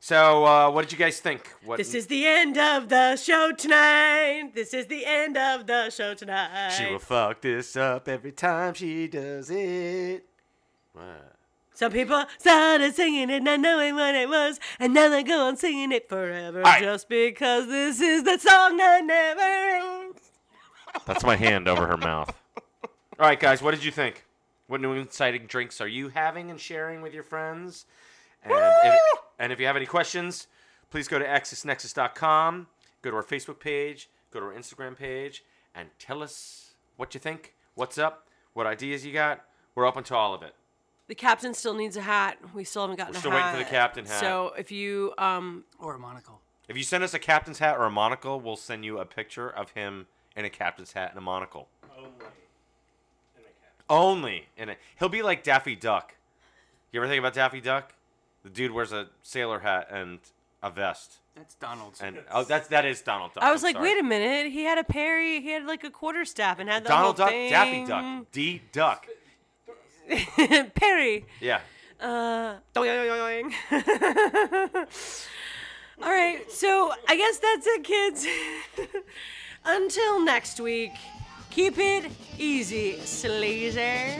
[SPEAKER 2] So, uh, what did you guys think? What
[SPEAKER 1] This is the end of the show tonight. This is the end of the show tonight.
[SPEAKER 2] She will fuck this up every time she does it. What?
[SPEAKER 1] Some people started singing it not knowing what it was, and now they go on singing it forever
[SPEAKER 2] right.
[SPEAKER 1] just because this is the song that never ends.
[SPEAKER 2] That's my hand over her mouth. All right, guys, what did you think? What new exciting drinks are you having and sharing with your friends? And if, and if you have any questions, please go to accessnexus.com, go to our Facebook page, go to our Instagram page, and tell us what you think, what's up, what ideas you got. We're open to all of it.
[SPEAKER 1] The captain still needs a hat. We still haven't gotten
[SPEAKER 2] We're
[SPEAKER 1] a
[SPEAKER 2] still
[SPEAKER 1] hat.
[SPEAKER 2] waiting for the captain hat.
[SPEAKER 1] So if you um
[SPEAKER 3] Or a monocle.
[SPEAKER 2] If you send us a captain's hat or a monocle, we'll send you a picture of him in a captain's hat and a monocle.
[SPEAKER 6] Only in a cat.
[SPEAKER 2] Only in a he'll be like Daffy Duck. You ever think about Daffy Duck? The dude wears a sailor hat and a vest.
[SPEAKER 3] That's Donald's.
[SPEAKER 2] And oh that's that is Donald Duck.
[SPEAKER 1] I was like, wait a minute, he had a parry, he had like a quarter staff and had the
[SPEAKER 2] Donald
[SPEAKER 1] whole
[SPEAKER 2] Duck,
[SPEAKER 1] thing.
[SPEAKER 2] Daffy Duck, D Duck.
[SPEAKER 1] Duck. parry.
[SPEAKER 2] Yeah.
[SPEAKER 1] Uh, doing. All right, so I guess that's it, kids. Until next week, keep it easy, sleazer.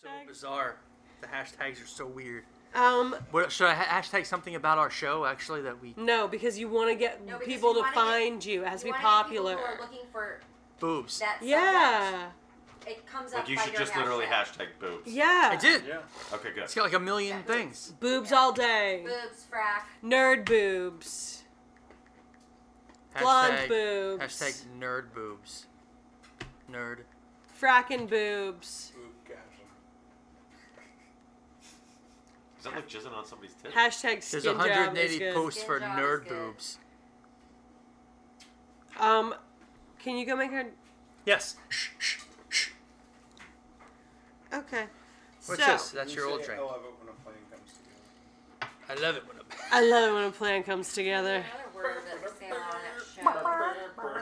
[SPEAKER 3] so bizarre. The hashtags are so weird.
[SPEAKER 1] Um,
[SPEAKER 3] What, should I ha- hashtag something about our show actually that we
[SPEAKER 1] no, because you want to get
[SPEAKER 4] No, because
[SPEAKER 1] people
[SPEAKER 4] you
[SPEAKER 1] to
[SPEAKER 4] wanna get-
[SPEAKER 1] find you. It has to
[SPEAKER 4] You
[SPEAKER 1] be
[SPEAKER 4] wanna get people
[SPEAKER 1] popular.
[SPEAKER 4] Who are looking for
[SPEAKER 3] boobs?
[SPEAKER 4] that subject.
[SPEAKER 1] Yeah,
[SPEAKER 4] It comes up
[SPEAKER 2] Like you
[SPEAKER 4] by
[SPEAKER 2] should
[SPEAKER 4] your
[SPEAKER 2] just literally
[SPEAKER 4] hashtag.
[SPEAKER 2] hashtag boobs.
[SPEAKER 1] yeah.
[SPEAKER 3] I did.
[SPEAKER 6] Yeah.
[SPEAKER 2] Okay, good.
[SPEAKER 3] It's got like a million things.
[SPEAKER 1] Boobs all day.
[SPEAKER 4] Boobs, frack.
[SPEAKER 1] Nerd boobs. Blonde
[SPEAKER 3] Hashtag-
[SPEAKER 1] boobs.
[SPEAKER 3] Hashtag nerd boobs. Nerd.
[SPEAKER 1] Frackin' boobs.
[SPEAKER 2] Does that look jizzing on somebody's tip?
[SPEAKER 1] Hashtag skin
[SPEAKER 3] There's
[SPEAKER 1] job is
[SPEAKER 3] 180
[SPEAKER 1] good.
[SPEAKER 3] posts
[SPEAKER 4] Skin
[SPEAKER 3] for
[SPEAKER 4] job is
[SPEAKER 3] nerd
[SPEAKER 4] good.
[SPEAKER 3] boobs.
[SPEAKER 1] Um, can you go make her?
[SPEAKER 3] Yes. Shh, shh, shh.
[SPEAKER 1] Okay.
[SPEAKER 3] What's
[SPEAKER 1] so,
[SPEAKER 3] this? That's your old drink.
[SPEAKER 6] I love it when a plane comes together.
[SPEAKER 3] I love it when a
[SPEAKER 1] I love it when a plan comes together.
[SPEAKER 4] Another word that was saying on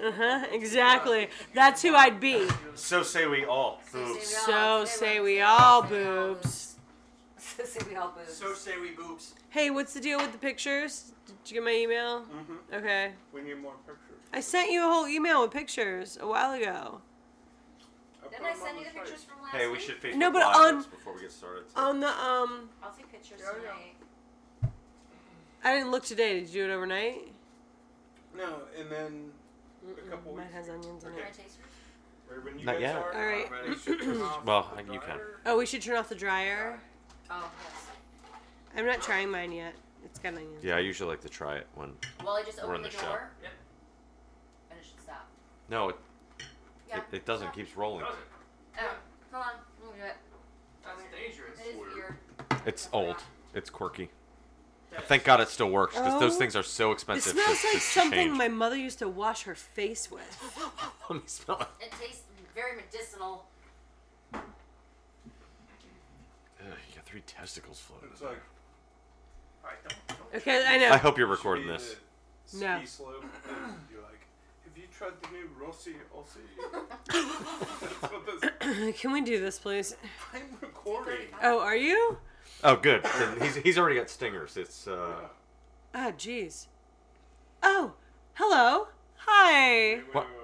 [SPEAKER 4] that
[SPEAKER 1] Uh huh. Exactly. That's who I'd be.
[SPEAKER 2] So say we all.
[SPEAKER 4] show.
[SPEAKER 2] Boobs.
[SPEAKER 1] So say we all boobs.
[SPEAKER 4] So say we all boobs.
[SPEAKER 3] So say we boobs.
[SPEAKER 1] Hey, what's the deal with the pictures? Did you get my email? Okay.
[SPEAKER 6] We need more pictures.
[SPEAKER 1] I sent you a whole email with pictures a while ago.
[SPEAKER 4] Didn't I send you the pictures from last
[SPEAKER 2] Hey, we
[SPEAKER 4] week?
[SPEAKER 2] should Facebook
[SPEAKER 1] No, but
[SPEAKER 2] Live
[SPEAKER 1] on-
[SPEAKER 2] this before we get started.
[SPEAKER 1] On the um,
[SPEAKER 4] I'll take pictures
[SPEAKER 6] Yeah, yeah.
[SPEAKER 4] tonight.
[SPEAKER 1] I didn't look today. Did you do it overnight?
[SPEAKER 6] No, and then a couple
[SPEAKER 1] Mine
[SPEAKER 6] weeks.
[SPEAKER 1] has onions in
[SPEAKER 4] Can I
[SPEAKER 1] it.
[SPEAKER 4] taste yours?
[SPEAKER 6] Right when you
[SPEAKER 2] Not
[SPEAKER 6] guys
[SPEAKER 2] yet.
[SPEAKER 6] are
[SPEAKER 1] All right.
[SPEAKER 6] ready, should turn off
[SPEAKER 2] Well,
[SPEAKER 6] the
[SPEAKER 2] you can.
[SPEAKER 6] dryer.
[SPEAKER 1] Oh, we should turn off the dryer.
[SPEAKER 4] Oh, yes.
[SPEAKER 1] I'm not trying mine yet. It's got onions.
[SPEAKER 2] yeah, I usually like to try it when.
[SPEAKER 4] Well, I just
[SPEAKER 2] We're
[SPEAKER 4] opened
[SPEAKER 2] in
[SPEAKER 4] the,
[SPEAKER 2] the shop.
[SPEAKER 4] door.
[SPEAKER 5] Yep.
[SPEAKER 4] And it should stop.
[SPEAKER 2] No, it,
[SPEAKER 4] Yeah.
[SPEAKER 2] it, it doesn't.
[SPEAKER 4] Stop.
[SPEAKER 2] keeps rolling.
[SPEAKER 4] Oh, hold on. Let me do it.
[SPEAKER 5] That's dangerous.
[SPEAKER 4] It is weird.
[SPEAKER 2] It's old. It's quirky. Thank God it still works because those
[SPEAKER 1] Oh.
[SPEAKER 2] things are so
[SPEAKER 1] It
[SPEAKER 2] expensive.
[SPEAKER 1] smells
[SPEAKER 2] to-
[SPEAKER 1] like
[SPEAKER 2] to
[SPEAKER 1] something
[SPEAKER 2] change.
[SPEAKER 1] my mother used to wash her face with.
[SPEAKER 2] Let me smell it.
[SPEAKER 4] It tastes very medicinal.
[SPEAKER 2] three testicles floating.
[SPEAKER 6] It's like
[SPEAKER 5] All right, don't, don't.
[SPEAKER 1] Okay, I know.
[SPEAKER 2] I hope you're
[SPEAKER 6] should
[SPEAKER 2] recording
[SPEAKER 6] be
[SPEAKER 2] this.
[SPEAKER 6] the
[SPEAKER 1] No.
[SPEAKER 6] Ski slope. And you're like, have you tried the new Rossi Aussie? That's what this,
[SPEAKER 1] Can we do this, please?
[SPEAKER 6] I'm recording.
[SPEAKER 1] Oh, are you?
[SPEAKER 2] Oh, good. Then he's, he's already got stingers. It's uh,
[SPEAKER 1] Ah, Oh, jeez. Oh, hello. Hi.
[SPEAKER 6] Wait,
[SPEAKER 2] What?
[SPEAKER 6] wait, wait,